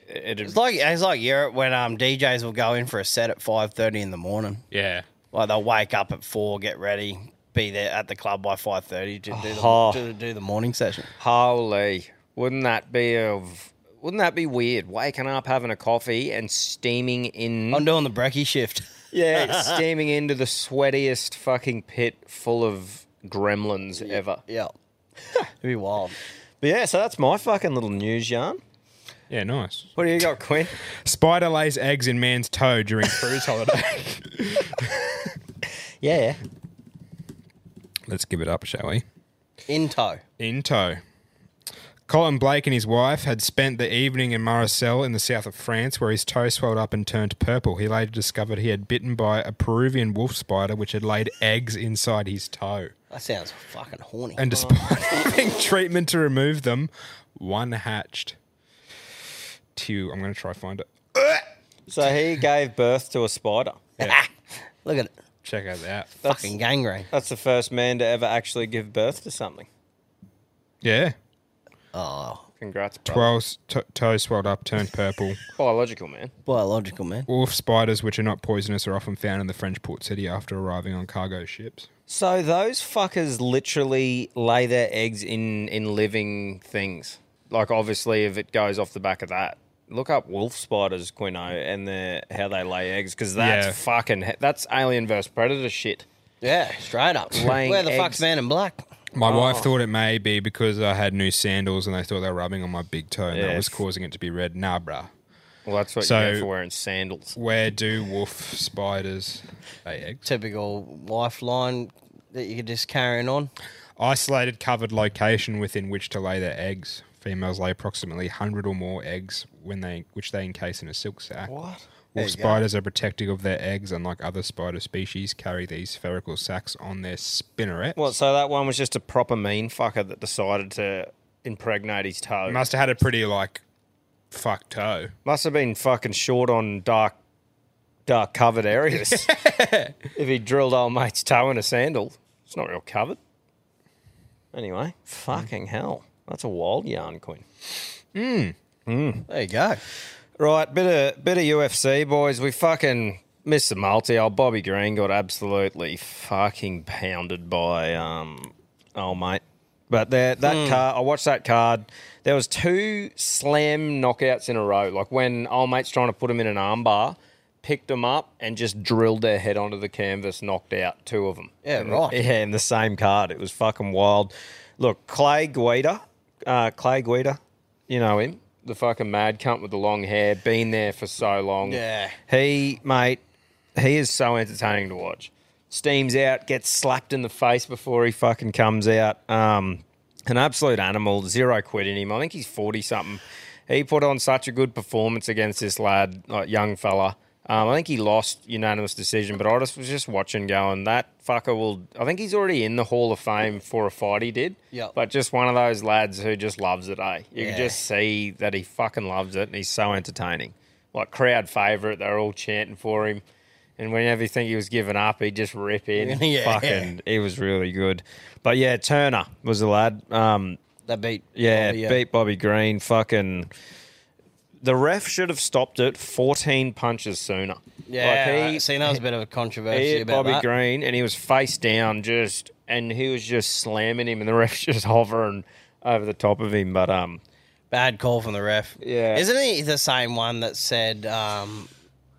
B: it'd,
A: It's like it's like Europe when um DJs will go in for a set at five thirty in the morning.
C: Yeah.
A: Like they'll wake up at four, get ready, be there at the club by five thirty to do the,
B: Oh.
A: to do the morning session.
B: holy, wouldn't that be of, wouldn't that be weird? Waking up, having a coffee, and steaming in.
A: I'm doing the brekkie shift.
B: yeah, steaming into the sweatiest fucking pit full of gremlins ever.
A: yeah, it'd be wild.
B: But yeah, so that's my fucking little news yarn.
C: Yeah, nice.
B: What do you got, Quinn?
C: Spider lays eggs in man's toe during cruise holiday.
B: yeah.
C: Let's give it up, shall we?
A: In tow.
C: In tow. Colin Blake and his wife had spent the evening in Marseille in the south of France where his toe swelled up and turned purple. He later discovered he had bitten by a Peruvian wolf spider which had laid eggs inside his toe.
A: That sounds fucking horny.
C: And despite having treatment to remove them, one hatched. Two, I'm going to try find it.
B: So he gave birth to a spider.
A: Look at it,
C: Check out that.
A: fucking gangrene.
B: That's the first man to ever actually give birth to something.
C: Yeah.
B: Congrats, bro.
C: Twelve t- toe swelled up, turned purple.
B: biological man.
A: Biological man.
C: Wolf spiders, which are not poisonous, are often found in the French port city after arriving on cargo ships.
B: So those fuckers literally lay their eggs in in living things. Like obviously, if it goes off the back of that, look up wolf spiders, Quino, and their how they lay eggs because that's
C: Yeah.
B: fucking he- that's alien versus predator shit.
A: Yeah, straight up.
B: Laying
A: Where the
B: eggs.
A: fuck's man in black?
C: My wife thought it may be because I had new sandals and they thought they were rubbing on my big toe and
B: Yeah.
C: that was causing it to be red. Nah, bruh.
B: Well, that's what you
C: So-
B: get for wearing sandals.
C: Where do wolf spiders lay eggs?
A: Typical lifeline that you're just carrying on.
C: Isolated covered location within which to lay their eggs. Females lay approximately 100 or more eggs when they which they encase in a silk sack. What? Wolf spiders are protective of their eggs, unlike other spider species, carry these spherical sacks on their spinnerets.
B: What? So that one was just a proper mean fucker that decided to impregnate his toe.
C: Must have had a pretty like fuck toe.
B: Must have been fucking short on dark, dark covered areas. if he drilled old mate's toe in a sandal, it's not real covered. Anyway, fucking hell, that's a wild yarn, Quinn.
A: Hmm.
B: Hmm.
A: There you go.
B: Right, bit of bit of UFC, boys. We fucking missed the multi. Old Bobby Green got absolutely fucking pounded by um old mate. But there, that
A: Hmm.
B: card, I watched that card. There was two slam knockouts in a row. Like when old mate's trying to put him in an armbar, picked him up and just drilled their head onto the canvas, knocked out two of them.
A: Yeah,
B: In-
A: right.
B: Yeah, in the same card. It was fucking wild. Look, Clay Guida, uh, Clay Guida, you know him, the fucking mad cunt with the long hair, been there for so long.
A: Yeah.
B: He, mate, he is so entertaining to watch. Steams out, gets slapped in the face before he fucking comes out. Um, an absolute animal, zero quid in him. I think he's 40 something. He put on such a good performance against this lad, like young fella. Um, I think he lost unanimous decision, but I just was just watching going, that fucker will. I think he's already in the Hall of Fame for a fight he did.
A: Yep.
B: But just one of those lads who just loves it, eh? You
A: Yeah.
B: can just see that he fucking loves it and he's so entertaining. Like crowd favourite, they're all chanting for him. And whenever you think he was giving up, he'd just rip in.
A: Yeah.
B: Fucking, he was really good. But yeah, Turner was the lad. Um,
A: They beat.
B: yeah,
A: Bobby,
B: beat Bobby Green. Fucking, the ref should have stopped it 14 punches sooner.
A: Yeah,
B: Like,
A: I seen that was a bit of a controversy
B: he hit
A: about
B: Bobby
A: that.
B: Green and he was face down just and he was just slamming him and the ref's just hovering over the top of him. But um
A: Bad call from the ref.
B: Yeah.
A: Isn't he the same one that said, um,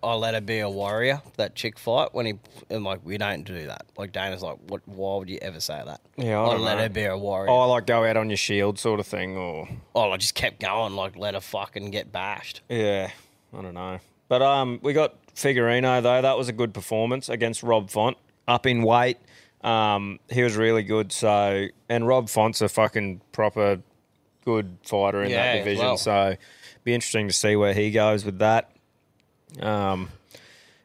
A: "I let her be a warrior"? That chick fight when he and like we don't do that. Like Dana's like, "What? Why would you ever say that?"
B: Yeah, I
A: I,
B: don't
A: let
B: know.
A: her be a warrior.
B: oh like go out on your shield sort of thing or
A: Oh, I just kept going. Like let her fucking get bashed.
B: Yeah. I don't know. But um we got Figurino though, that was a good performance against Rob Font. Up in weight. Um he was really good. So and Rob Font's a fucking proper good fighter in
A: Yeah,
B: that
A: as
B: division.
A: well.
B: So be interesting to see where he goes with that. Um,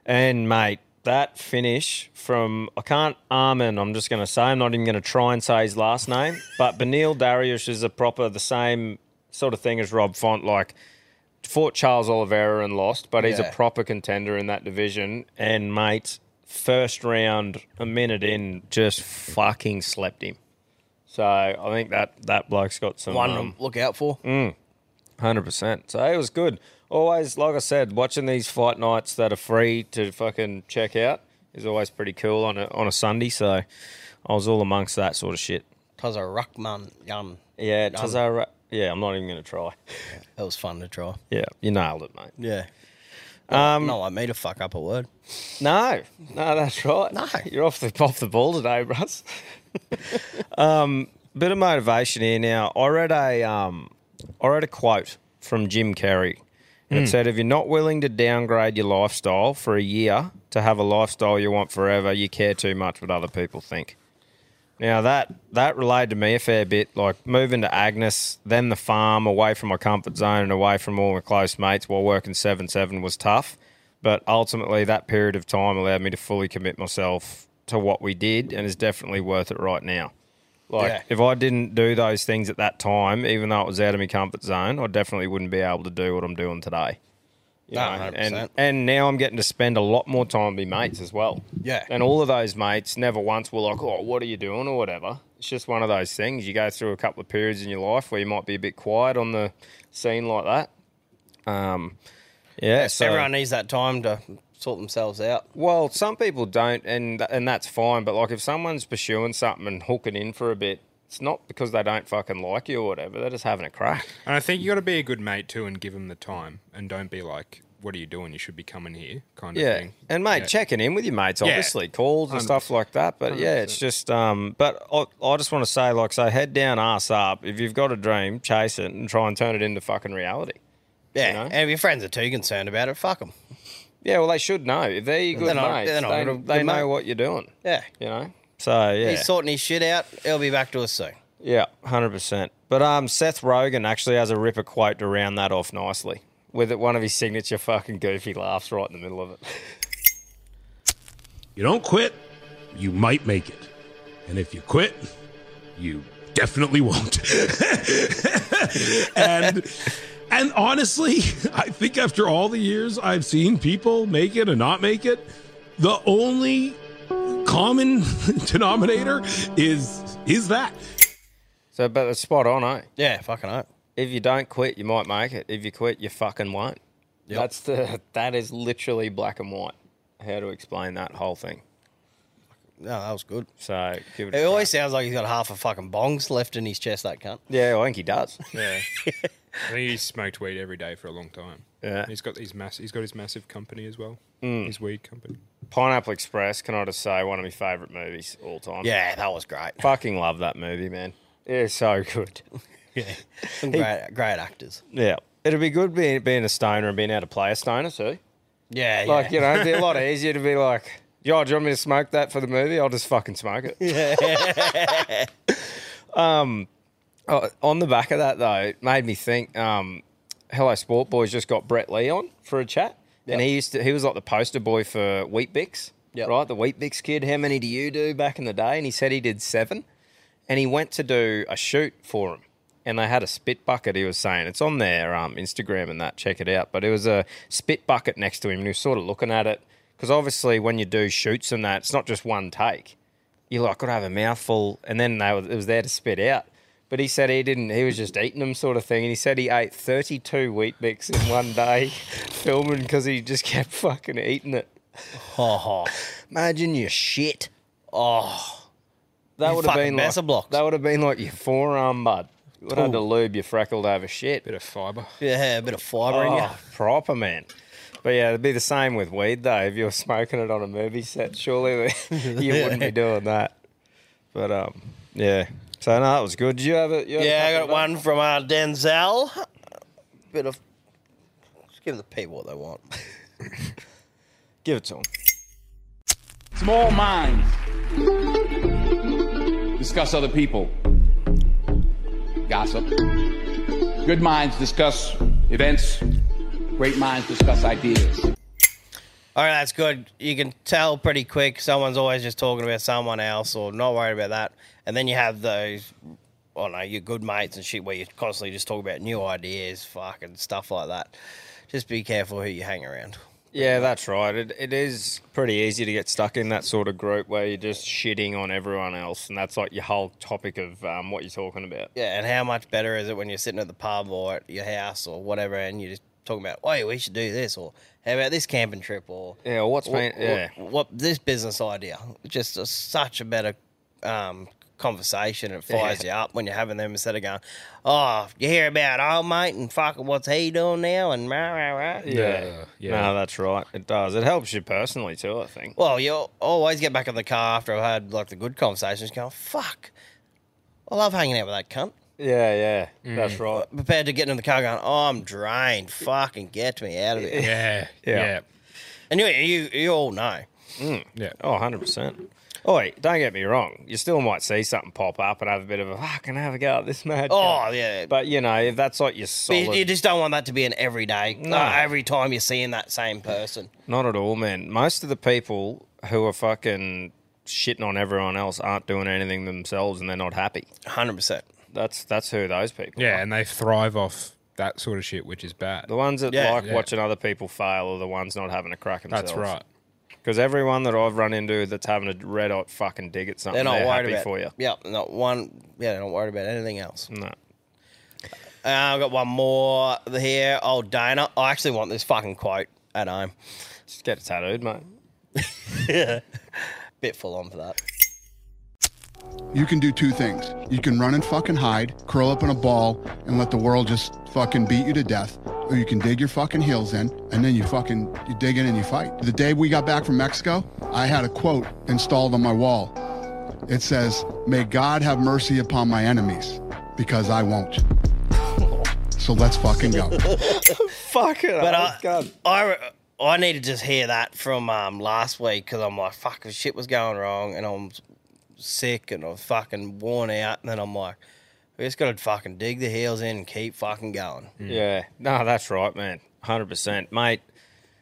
B: and mate, that finish from I can't Armin. I'm just going to say I'm not even going to try and say his last name. But Benil Dariush is a proper the same sort of thing as Rob Font. Like fought Charles Oliveira and lost, but he's
A: Yeah.
B: a proper contender in that division. And mate, first round, a minute in, just fucking slept him. So I think that that bloke's got some
A: One
B: um,
A: to look out for.
B: Hundred percent. So it was good. Always, like I said, watching these fight nights that are free to fucking check out is always pretty cool on a on a Sunday. So I was all amongst that sort of shit.
A: Cause a ruckman yum.
B: Yeah,
A: Done.
B: Tazara. Yeah, I'm not even gonna try.
A: That was fun to try.
B: Yeah, you nailed it, mate.
A: Yeah. Um, not like me to fuck up a word.
B: No, no, that's right. No, you're off the off the ball today, Russ. um, bit of motivation here now. I read a um, I read a quote from Jim Carrey, and it said, "If you're not willing to downgrade your lifestyle for a year to have a lifestyle you want forever, you care too much what other people think." Now that that related to me a fair bit, like moving to Agnes, then the farm, away from my comfort zone and away from all my close mates while working seven seven was tough. But ultimately, that period of time allowed me to fully commit myself to what we did, and is definitely worth it right now. Like
A: Yeah.
B: if I didn't do those things at that time, even though it was out of my comfort zone, I definitely wouldn't be able to do what I'm doing today. You
A: No,
B: know,
A: 100%.
B: and and now I'm getting to spend a lot more time with my mates as well.
A: Yeah.
B: And all of those mates never once were like, "Oh, what are you doing?" or whatever. It's just one of those things. You go through a couple of periods in your life where you might be a bit quiet on the scene like that. Um, yeah. So,
A: Everyone needs that time to sort themselves out.
B: well, some people don't, and and that's fine. But like, if someone's pursuing something and hooking in for a bit, it's not because they don't fucking like you or whatever. They're just having a crack.
C: And I think you got to be a good mate too, and give them the time, and don't be like, "What are you doing? You should be coming here," kind of
B: Yeah.
C: thing.
B: And mate,
C: Yeah.
B: checking in with your mates, obviously, calls and stuff
C: 100%.
B: like that. But yeah, it's just um but I, I just want to say, like, so head down, ass up. If you've got a dream, chase it and try and turn it into fucking reality.
A: Yeah.
B: know?
A: And if your friends are too concerned about it, fuck them.
B: Yeah, well they should know. If they're your good
A: They're not-
B: mates,
A: they're not
B: they,
A: good-
B: they
A: good
B: know
A: mate.
B: what you're doing.
A: Yeah.
B: You know? So yeah.
A: He's sorting his shit out. He'll be back to us soon.
B: Yeah, hundred percent. But um, Seth Rogen actually has a ripper quote to round that off nicely with one of his signature fucking goofy laughs right in the middle of it.
G: You don't quit, you might make it. And if you quit, you definitely won't. and and honestly, I think after all the years I've seen people make it and not make it, the only common denominator is is that.
B: So, but it's spot on, eh?
A: Yeah, fucking hope.
B: If you don't quit, you might make it. If you quit, you fucking won't. That's the that is literally black and white. How to explain that whole thing?
A: No, that was good.
B: So give it.
A: It
B: A
A: always sounds like he's got half a fucking bongs left in his chest, that cunt.
B: yeah, I think he does.
C: Yeah. I think he smoked weed every day for a long time.
B: Yeah. Mm.
C: He's got these mass. He's got his massive company as well. His weed company.
B: Pineapple Express. Can I just say one of my favorite movies all time?
A: Yeah, that was great.
B: fucking love that movie, man. It's so good.
J: Some great, great actors.
B: Yeah. It'd be good being, being a stoner and being able to play a stoner too.
J: Yeah, yeah.
B: Like, you know, it'd be a lot easier to be like, yo, do you want me to smoke that for the movie? I'll just fucking smoke it. Yeah. um, uh, on the back of that, though, it made me think um, Hello Sport Boys just got Brett Lee on for a chat. And he used to, he was like the poster boy for Wheat Bix,
J: Yep.
B: right? The Wheat Bix kid. How many do you do back in the day? And he said he did seven. And he went to do a shoot for him. And they had a spit bucket, he was saying. It's on their um, Instagram and that. Check it out. But it was a spit bucket next to him. And he was sort of looking at it. Because obviously, when you do shoots and that, it's not just one take you like got to have a mouthful, and then they were, it was there to spit out. But he said he didn't. He was just eating them, sort of thing. And he said he ate thirty-two wheat bix in one day, filming because he just kept fucking eating it. Imagine your shit. Oh, that would have
J: fucking
B: been like
J: Besser blocks.
B: that would have been like your forearm, bud. You would have had to lube your freckled over shit.
C: Bit of fibre.
J: yeah, a bit of fibre in you.
B: Oh, proper man. But yeah, it'd be the same with weed though. If you're smoking it on a movie set, surely you wouldn't be doing that. But um, yeah. So no, that was good. Did you have it?
A: Yeah, I got one from uh, Denzel. Bit of. Just give the people what they want.
B: Give it to him.
D: Small minds discuss other people, gossip. Good minds discuss events, great minds discuss ideas.
A: All right, that's good. You can tell pretty quick someone's always just talking about someone else or not worried about that. And then you have those, I don't know, your good mates and shit where you constantly just talk about new ideas, fucking stuff like that. Just be careful who you hang around.
B: Yeah, that's right. It, it is pretty easy to get stuck in that sort of group where you're just shitting on everyone else, and that's like your whole topic of um, what you're talking about.
A: Yeah, and how much better is it when you're sitting at the pub or at your house or whatever and you're just talking about, oh, we should do this or how about this camping trip or
B: Yeah, what's been?
A: what,
B: Yeah,
A: what, what- this business idea. Just a, such a better um, conversation. It fires you up when you're having them instead of going, oh, you hear about old mate and fucking what's he doing now and rah, rah, rah.
B: yeah, yeah. No, that's right. It does. It helps you personally too. I think.
A: Well, you always get back in the car after I've had like the good conversations going, fuck, I love hanging out with that cunt.
B: Yeah, yeah. That's right.
A: Compared to getting in the car going, oh, I'm drained. Fucking get me out of here.
C: Yeah,
B: Yeah.
C: yeah,
A: And you, you, you all know.
C: yeah.
B: Oh, 100%. Oi, Oh, don't get me wrong. You still might see something pop up and have a bit of a fucking have a go at this mad.
A: Oh,
B: cunt."
A: yeah.
B: But, you know, if that's like your
A: But you-
B: solid.
A: you just don't want that to be an everyday,
B: No.
A: uh, every time you're seeing that same person.
B: Not at all, man. Most of the people who are fucking shitting on everyone else aren't doing anything themselves and they're not happy.
A: Hundred percent.
B: That's that's who those people
C: Yeah,
B: are.
C: and they thrive off that sort of shit, which is bad.
B: The ones that
A: Yeah,
B: like
C: yeah.
B: watching other people fail are the ones not having a crack themselves.
C: That's right.
B: Because everyone that I've run into that's having a red hot fucking dig at something,
A: They're
B: they're,
A: not worried
B: happy
A: about
B: for you.
A: Yeah, not one. Yeah, they're not worried about anything else.
B: No.
A: Uh, I've got one more here. Old Dana. I actually want this fucking quote at home.
B: Just get it tattooed, mate.
A: Bit full on for that.
K: You can do two things. You can run and fucking hide, curl up in a ball, and let the world just fucking beat you to death. Or you can dig your fucking heels in, and then you fucking you dig in and you fight. The day we got back from Mexico, I had a quote installed on my wall. It says, "May God have mercy upon my enemies, because I won't." So let's fucking go.
B: Fuck it.
A: But
B: I,
A: I, I, I need to just hear that from um, last week because I'm like, fuck, shit was going wrong and I'm sick and I'm fucking worn out. And then I'm like, we just got to fucking dig the heels in and keep fucking going.
B: Yeah, no, that's right, man. Hundred percent, mate.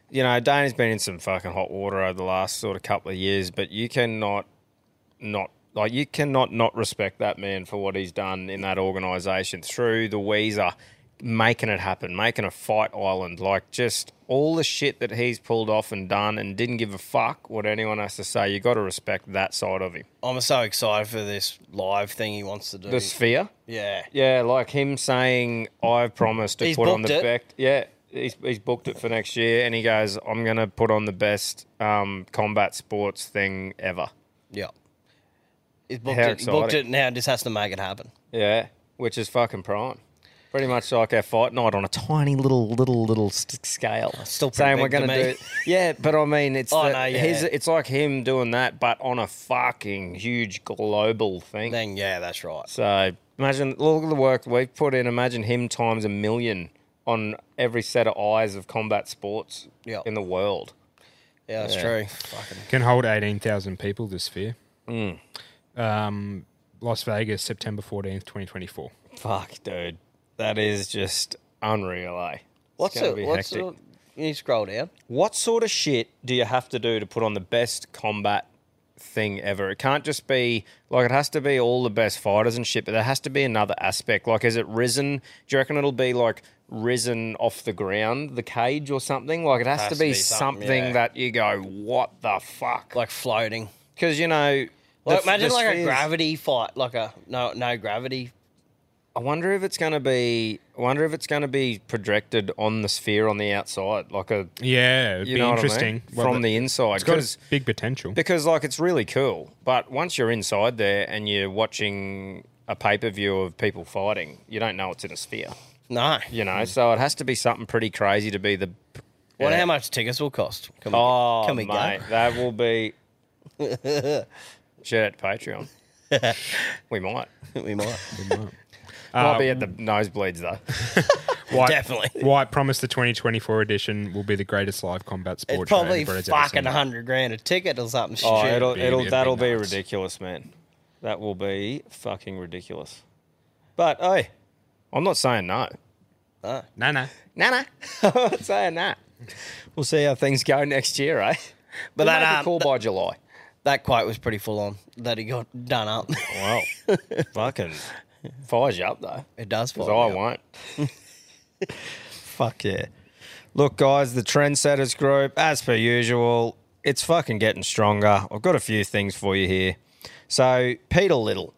B: You know, Dana's been in some fucking hot water over the last sort of couple of years, but you cannot not like you cannot not respect that man for what he's done in that organisation through the Weezer, making it happen, making a fight island, like just all the shit that he's pulled off and done, and didn't give a fuck what anyone has to say. You got to respect that side of him.
A: I'm so excited for this live thing he wants to do.
B: The sphere.
A: yeah.
B: Yeah, like him saying, "I've promised to
A: He's
B: put on
A: booked
B: the
A: it.
B: best." Yeah, he's, he's booked it for next year, and he goes, "I'm gonna put on the best um, combat sports thing ever."
A: Yeah. He's booked
B: How
A: it, booked
B: exciting.
A: it now, just has to make it happen.
B: Yeah, which is fucking prime. Pretty much like our fight night on a tiny little, little, little st- scale.
A: Still pretty
B: saying we're
A: big to
B: gonna do,
A: me.
B: it. yeah, but I mean, it's
A: Oh,
B: the-
A: no, yeah.
B: his, it's like him doing that, but on a fucking huge global thing.
A: Then, yeah, that's right.
B: So Imagine look at the work we've put in. Imagine him times a million on every set of eyes of combat sports
A: Yep.
B: in the world.
A: Yeah, that's
B: Yeah.
A: true. Fucking
C: Can hold 18,000 people, this sphere.
B: Mm.
C: Um, Las Vegas, September 14th, 2024.
B: Fuck, dude. That is just unreal, eh? It's
A: What's
B: gonna
A: it?
B: be
A: What's
B: hectic.
A: it? Can you scroll down?
B: What sort of shit do you have to do to put on the best combat thing ever? It can't just be like it has to be all the best fighters and shit, but there has to be another aspect. Like, is it risen? Do you reckon it'll be like risen off the ground, the cage or something? Like, it has, to, be something,
A: yeah.
B: that you go, what the fuck?
A: Like floating.
B: Because you know,
A: Like,
B: the-
A: imagine
B: the
A: like a
B: spheres-
A: gravity fight, like a no no gravity.
B: I wonder if it's gonna be. I wonder if it's gonna be projected on the sphere on the outside, like a
C: Yeah, it'd
B: You
C: be
B: know what I mean?
C: interesting.
B: From the inside,
C: It's got
B: 'cause-
C: a big potential.
B: because like it's really cool. But once you're inside there and you're watching a pay per view of people fighting, you don't know it's in a sphere.
A: No.
B: You know, so it has to be something pretty crazy to be the.
A: Wonder
B: Yeah.
A: how much tickets will cost. Can we,
B: Oh,
A: can we
B: mate, that will be
A: go?
B: shit at Patreon. we might.
A: we might. Um,
B: might
C: Uh,
B: be at the nosebleeds though.
C: White,
A: Definitely.
C: White promised the 2024 edition will be the greatest live combat sport.
A: It's
C: show
A: probably
C: anybody's ever
A: fucking
C: seen.
A: hundred grand a ticket or something.
B: Oh,
A: shit.
B: it'll
C: be-
B: it'll
C: it'd be
B: that'll be
C: nuts.
B: ridiculous, man. That will be fucking ridiculous. But hey, I'm not saying no.
C: No, no.
B: No, no, I'm not saying that. We'll see how things go next year, eh? But
A: that,
B: that make
A: um,
B: a call
A: that-
B: by July.
A: that quote was pretty full on that he got done up.
B: Wow, fucking fires you up though,
A: it does
B: because
A: fire.
B: I
A: me up.
B: won't. Fuck yeah! Look, guys, the trendsetters group, as per usual, it's fucking getting stronger. I've got a few things for you here. So Peter Little,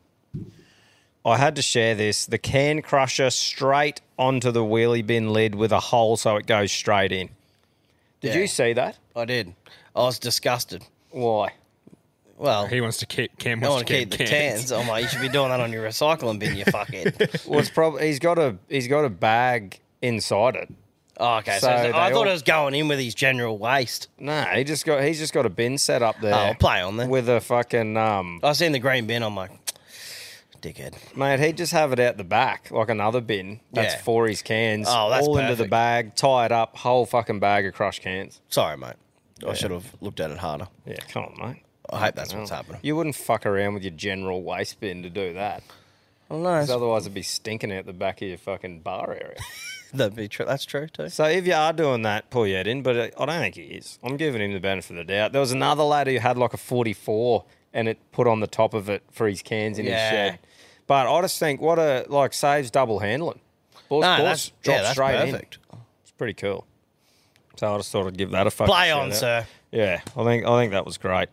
B: I had to share this. The can crusher straight onto the wheelie bin lid with a hole, so it goes straight in. Did
A: Yeah.
B: you see that?
A: I did. I was disgusted.
B: Why?
A: Well,
C: He wants to keep Cam
A: I
C: wants
A: want
C: to
A: to keep the tans. I'm like, you should be doing that on your recycling bin, you fuckhead.
B: Well, it's probably he's got a he's got a bag inside it.
A: Oh, okay, so,
B: So
A: it's- I
B: they
A: thought
B: all-
A: it was going in with his general waste.
B: No, he just got he's just got a bin set up there.
A: Oh, I'll play on then.
B: with a fucking um.
A: I seen the green bin. I'm like, dickhead.
B: Mate, he'd just have it out the back like another bin. That's
A: Yeah.
B: for his cans.
A: Oh, that's
B: all into the
A: perfect.
B: bag, tie it up, whole fucking bag of crushed cans.
A: Sorry, mate. I should have looked at it harder.
B: Yeah, come on, mate.
A: I hope that's
B: Mm.
A: what's happening.
B: You wouldn't fuck around with your general waste bin to do that.
A: I don't know.
B: 'cause otherwise, it'd be stinking out the back of your fucking bar area.
A: That'd be true. That's true too.
B: So if you are doing that, pull your head in. But uh, I don't think he is. I'm giving him the benefit of the doubt. There was another lad who had like a 44 and it put on the top of it for his cans in
A: Yeah.
B: his shed. But I just think what a like saves double handling. Ball,
A: No,
B: ball
A: that's,
B: drops
A: yeah, that's
B: straight
A: perfect.
B: in. It's pretty cool. So I just thought I'd give that a fucking
A: Play on,
B: shout-out.
A: sir.
B: Yeah, I think I think that was great.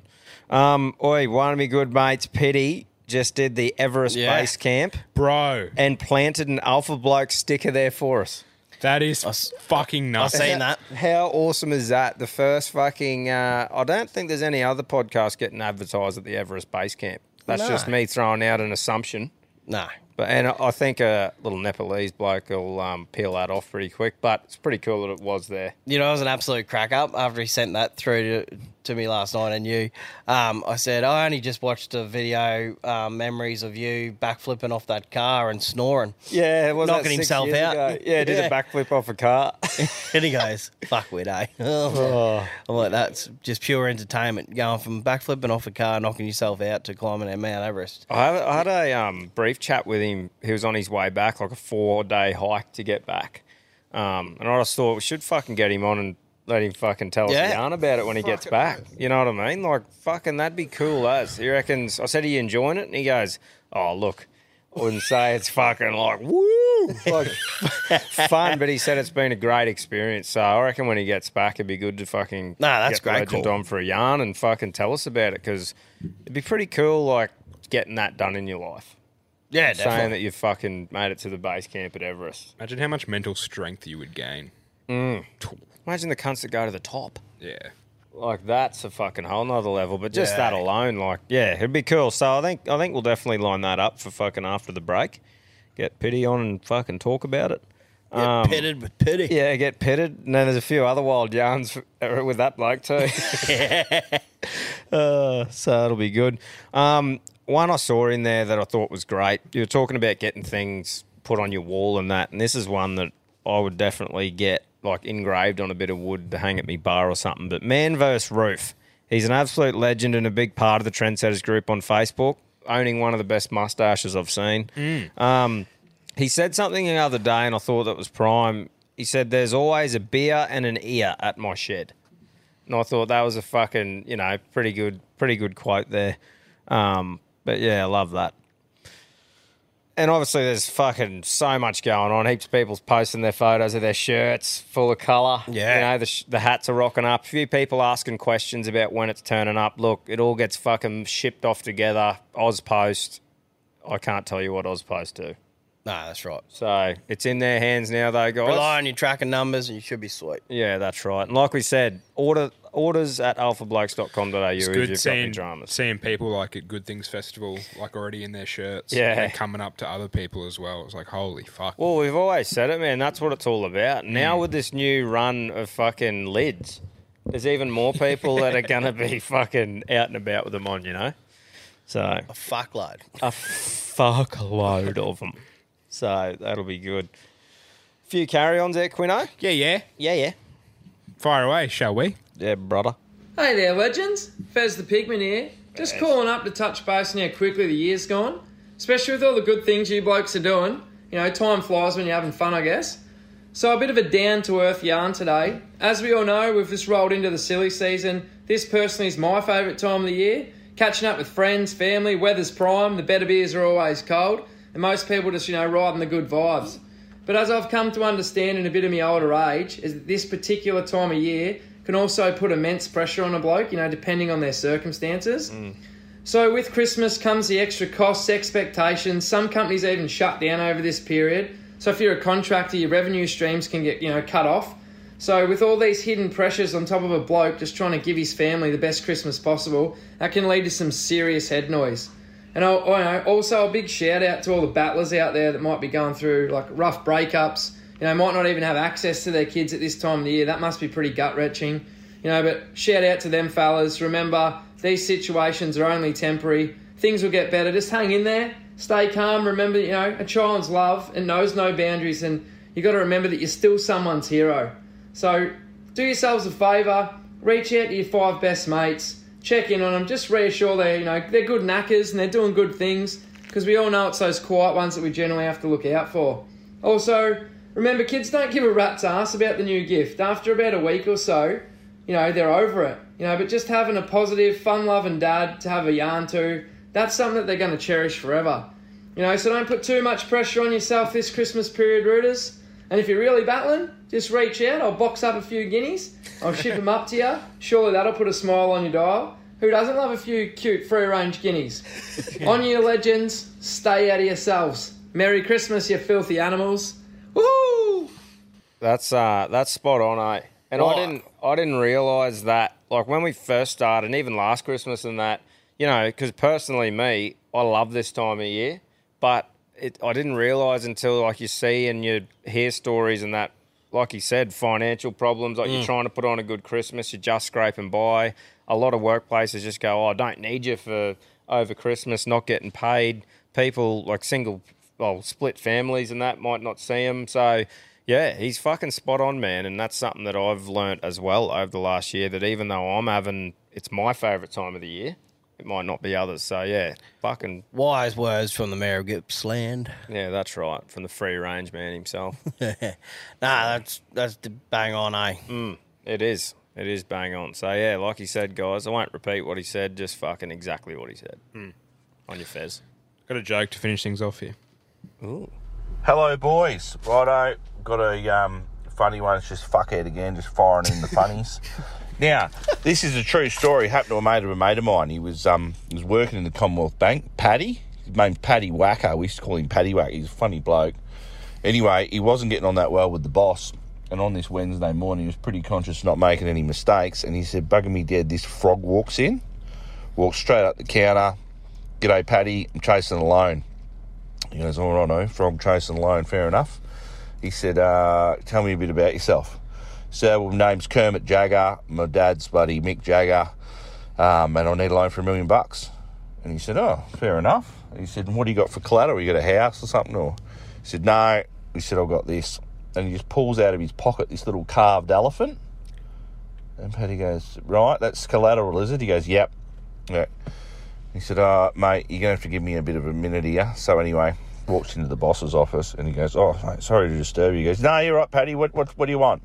B: Um, oi, one of my good mates, Pity, just did the Everest
A: Yeah.
B: base camp
C: Bro,
B: and planted an alpha bloke sticker there for us.
C: that is
A: s-
C: fucking
A: I
C: nuts.
A: seen that.
B: How awesome is that? The first fucking. Uh, I don't think there's any other podcast getting advertised at the Everest Base Camp. That's
A: No.
B: just me throwing out an assumption.
A: No,
B: But and I- I think a little Nepalese bloke will um, peel that off pretty quick. But it's pretty cool that it was there.
A: you know, it was an absolute crack up after he sent that through to, to me last night and you. Um, I said, I only just watched a video, um, memories of you backflipping off that car and snoring.
B: Yeah, it was
A: Knocking himself out.
B: Yeah, did
A: Yeah.
B: a backflip off a car.
A: And he goes, fuck with eh? I'm like, that's just pure entertainment. Going from backflipping off a car, knocking yourself out to climbing at Mount Everest.
B: I, had, I had a um, brief chat with him. He was on his way back, like a four day hike to get back. Um, and I just thought we should fucking get him on and let him fucking tell us
A: Yeah.
B: a yarn about it when he gets back. You know what I mean? Like, fucking, that'd be cool as. He reckons, I said, Are you enjoying it? And he goes, Oh, look, I wouldn't say it's fucking like, woo, like fun, but he said it's been a great experience. So I reckon when he gets back, it'd be good to fucking
A: Nah, that's
B: get
A: great,
B: Legend
A: cool.
B: on for a yarn and fucking tell us about it because it'd be pretty cool, like getting that done in your life.
A: Yeah,
B: Saying
A: definitely.
B: that you fucking made it to the base camp at Everest.
C: Imagine how much mental strength you would gain.
B: Imagine the cunts that go to the top.
C: Yeah.
B: Like that's a fucking whole nother level. But just
A: Yeah.
B: that alone, like, yeah, it'd be cool. So I think I think we'll definitely line that up for fucking after the break. Get pity on and fucking talk about it.
E: Get pitted with pity.
B: Yeah, get pitted. And then there's a few other wild yarns f- with that bloke too. uh, so it'll be good. Um, one I saw in there that I thought was great. You were talking about getting things put on your wall and that, and this is one that I would definitely get like engraved on a bit of wood to hang at me bar or something. But man versus roof. He's an absolute legend and a big part of the Trendsetters group on Facebook, owning one of the best mustaches I've seen.
L: Mm.
B: Um, he said something the other day, and I thought that was prime. He said, "There's always a beer and an ear at my shed," and I thought that was a fucking you know pretty good, pretty good quote there. Um, but yeah, I love that. And obviously, there's fucking so much going on. Heaps of people's posting their photos of their shirts full of colour. Yeah. You know, the, sh- the hats are rocking up. A few people asking questions about when it's turning up. Look, it all gets fucking shipped off together. Ozpost. I can't tell you what Ozpost do.
E: No, that's right.
B: So it's in their hands now, though, guys.
E: Rely on your tracking numbers and you should be sweet.
B: Yeah, that's right. And like we said, order orders at alphablokes.com.au
C: It's
B: if
C: good
B: you've got any
C: seeing,
B: drama.
C: seeing people like at Good Things Festival, like already in their shirts.
B: Yeah.
C: And coming up to other people as well. It's like, holy fuck.
B: Well, we've always said it, man. That's what it's all about. Now
C: Mm.
B: with this new run of fucking lids, there's even more people that are gonna be fucking out and about with them on, you know. So a
E: fuckload,
B: a fuckload of them. So that'll be good. Few carry-ons there, Quino.
C: Yeah, yeah,
B: yeah, yeah.
C: Fire away, shall we?
B: Yeah, brother.
K: Hey there, legends. Fez the Pigman here. Just
B: Fez.
K: calling up to touch base on how quickly the year's gone, especially with all the good things you blokes are doing. You know, time flies when you're having fun, I guess. So, a bit of a down to earth yarn today. As we all know, we've just rolled into the silly season. This personally is my favourite time of the year. Catching up with friends, family, weather's prime, the better beers are always cold, and most people just, you know, riding the good vibes. But as I've come to understand in a bit of my older age, is that this particular time of year can also put immense pressure on a bloke, you know, depending on their circumstances. So with Christmas comes the extra costs, expectations. Some companies even shut down over this period. So if you're a contractor, your revenue streams can get, you know, cut off. So with all these hidden pressures on top of a bloke just trying to give his family the best Christmas possible, that can lead to some serious head noise. And I, I know, also a big shout out to all the battlers out there that might be going through like rough breakups. You know, might not even have access to their kids at this time of the year. That must be pretty gut wrenching. You know, but shout out to them fellas. Remember, these situations are only temporary. Things will get better. Just hang in there. Stay calm. Remember, you know, a child's love and knows no boundaries. And you got to remember that you're still someone's hero. So do yourselves a favour, reach out to your five best mates, check in on them, just reassure they you know they're good knackers and they're doing good things because we all know it's those quiet ones that we generally have to look out for. Also, remember kids don't give a rat's ass about the new gift. After about a week or so, you know they're over it. You know, but just having a positive, fun-loving dad to have a yarn to, that's something that they're going to cherish forever. You know, so don't put too much pressure on yourself this Christmas period, rooters. And if you're really battling, just reach out. I'll box up a few guineas. I'll ship them up to you. Surely that'll put a smile on your dial. Who doesn't love a few cute free range guineas? on your legends, stay out of yourselves. Merry Christmas, you filthy animals. Woo!
B: That's uh that's spot on, eh? And
K: Right.
B: I didn't I didn't realize that like when we first started, and even last Christmas and that, you know, because personally me, I love this time of year, but it I didn't realize until like you see and you hear stories and that, like you said, financial problems. Like you're
A: Mm.
B: trying to put on a good Christmas, you're just scraping by. A lot of workplaces just go, oh, I don't need you for over Christmas, not getting paid. People like single, well, split families and that might not see him. So, yeah, he's fucking spot on, man. And that's something that I've learnt as well over the last year that even though I'm having, it's my favourite time of the year, it might not be others. So, yeah, fucking.
E: Wise words from the Mayor of Gippsland.
B: Yeah, that's right. From the free range man himself.
E: nah, that's that's the bang on, eh?
B: Mm, it is. It is bang on. So, yeah, like he said, guys, I won't repeat what he said, just fucking exactly what he said.
A: Hmm.
B: On your Fez.
C: Got a joke to finish things off here.
B: Ooh.
D: Hello, boys. Righto, got a um, funny one. It's just fuckhead again, just firing in the funnies. now, this is a true story. Happened to a mate of a mate of mine. He was um, he was working in the Commonwealth Bank. Paddy, his name's Paddy Wacker. We used to call him Paddy Wacker. He's a funny bloke. Anyway, he wasn't getting on that well with the boss. And on this Wednesday morning, he was pretty conscious, of not making any mistakes. And he said, "Bugging me dead." This frog walks in, walks straight up the counter. G'day, Paddy. I'm chasing a loan. He goes, all right, no, frog chasing loan, fair enough. He said, uh, "Tell me a bit about yourself." So, well, name's Kermit Jagger. My dad's buddy Mick Jagger, um, and I need a loan for a million bucks. And he said, "Oh, fair enough." He said, "What do you got for collateral? You got a house or something?" Or he said, "No." He said, "I've got this," and he just pulls out of his pocket this little carved elephant. And Paddy goes, "Right, that's collateral, is it?" He goes, "Yep." Yeah. He said, "Ah, mate, you're gonna have to give me a bit of a minute here." So anyway, walks into the boss's office and he goes, "Oh, mate, sorry to disturb you." He goes, "No, you're right, Paddy. What, what, what do you want?"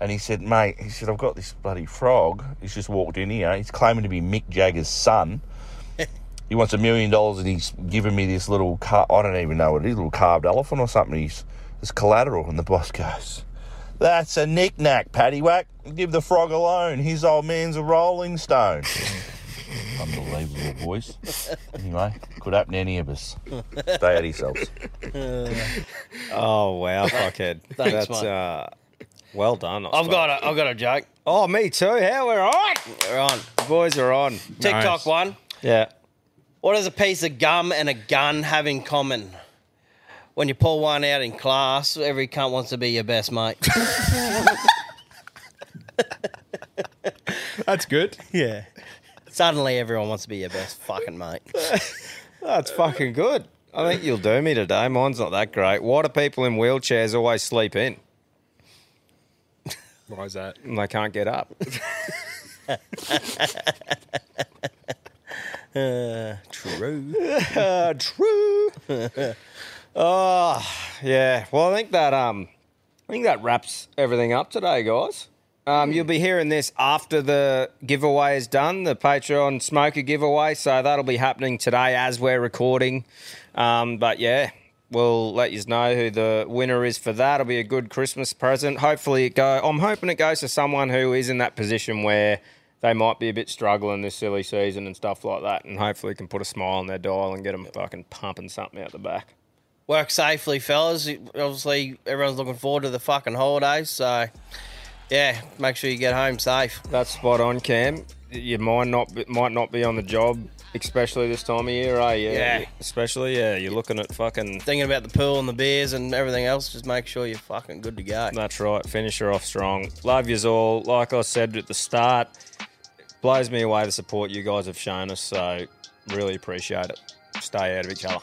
D: And he said, "Mate, he said I've got this bloody frog. He's just walked in here. He's claiming to be Mick Jagger's son. he wants a million dollars, and he's giving me this little car—I don't even know what it—little carved elephant or something. He's this collateral." And the boss goes, "That's a knick-knack, Paddy Whack. Give the frog alone. His old man's a Rolling Stone." Unbelievable voice. Anyway, could happen to any of us. Stay at yourselves.
B: Oh wow, fuckhead.
A: Thanks,
B: That's
A: mate.
B: uh, well done. I
A: I've
B: suppose.
A: got a, I've got a joke.
B: Oh, me too. How we're on?
A: We're on.
B: The boys are on.
A: TikTok
B: Nice.
A: one.
B: Yeah.
A: What does a piece of gum and a gun have in common? When you pull one out in class, every cunt wants to be your best mate.
C: That's good.
A: yeah. Suddenly, everyone wants to be your best fucking mate.
B: That's fucking good. I think you'll do me today. Mine's not that great. Why do people in wheelchairs always sleep in?
C: Why is that?
B: And they can't get up.
A: Uh, true.
B: true. oh, yeah. Well, I think that um, I think that wraps everything up today, guys. Um, you'll be hearing this after the giveaway is done, the Patreon smoker giveaway. So that'll be happening today as we're recording. Um, but yeah, we'll let you know who the winner is for that. It'll be a good Christmas present. Hopefully, it go. I'm hoping it goes to someone who is in that position where they might be a bit struggling this silly season and stuff like that, and hopefully can put a smile on their dial and get them fucking pumping something out the back.
A: Work safely, fellas. Obviously, everyone's looking forward to the fucking holidays. So, yeah, make sure you get home safe.
B: That's spot on, Cam. You might not be, might not be on the job, especially this time of year, eh?
A: Yeah.
B: Especially, yeah. You're looking at fucking.
A: Thinking about the pool and the beers and everything else, just make sure you're fucking good to go.
B: That's right. Finish her off strong. Love yous all. Like I said at the start, blows me away the support you guys have shown us. So really appreciate it. Stay out of each other.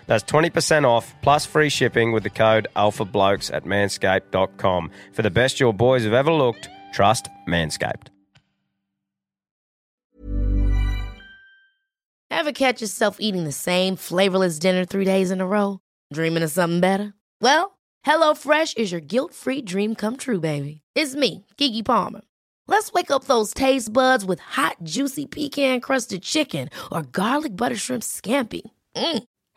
F: That's 20% off plus free shipping with the code ALPHABLOKES at manscaped.com. For the best your boys have ever looked, trust Manscaped.
M: Ever catch yourself eating the same flavorless dinner three days in a row? Dreaming of something better? Well, HelloFresh is your guilt free dream come true, baby. It's me, Kiki Palmer. Let's wake up those taste buds with hot, juicy pecan crusted chicken or garlic butter shrimp scampi. Mm.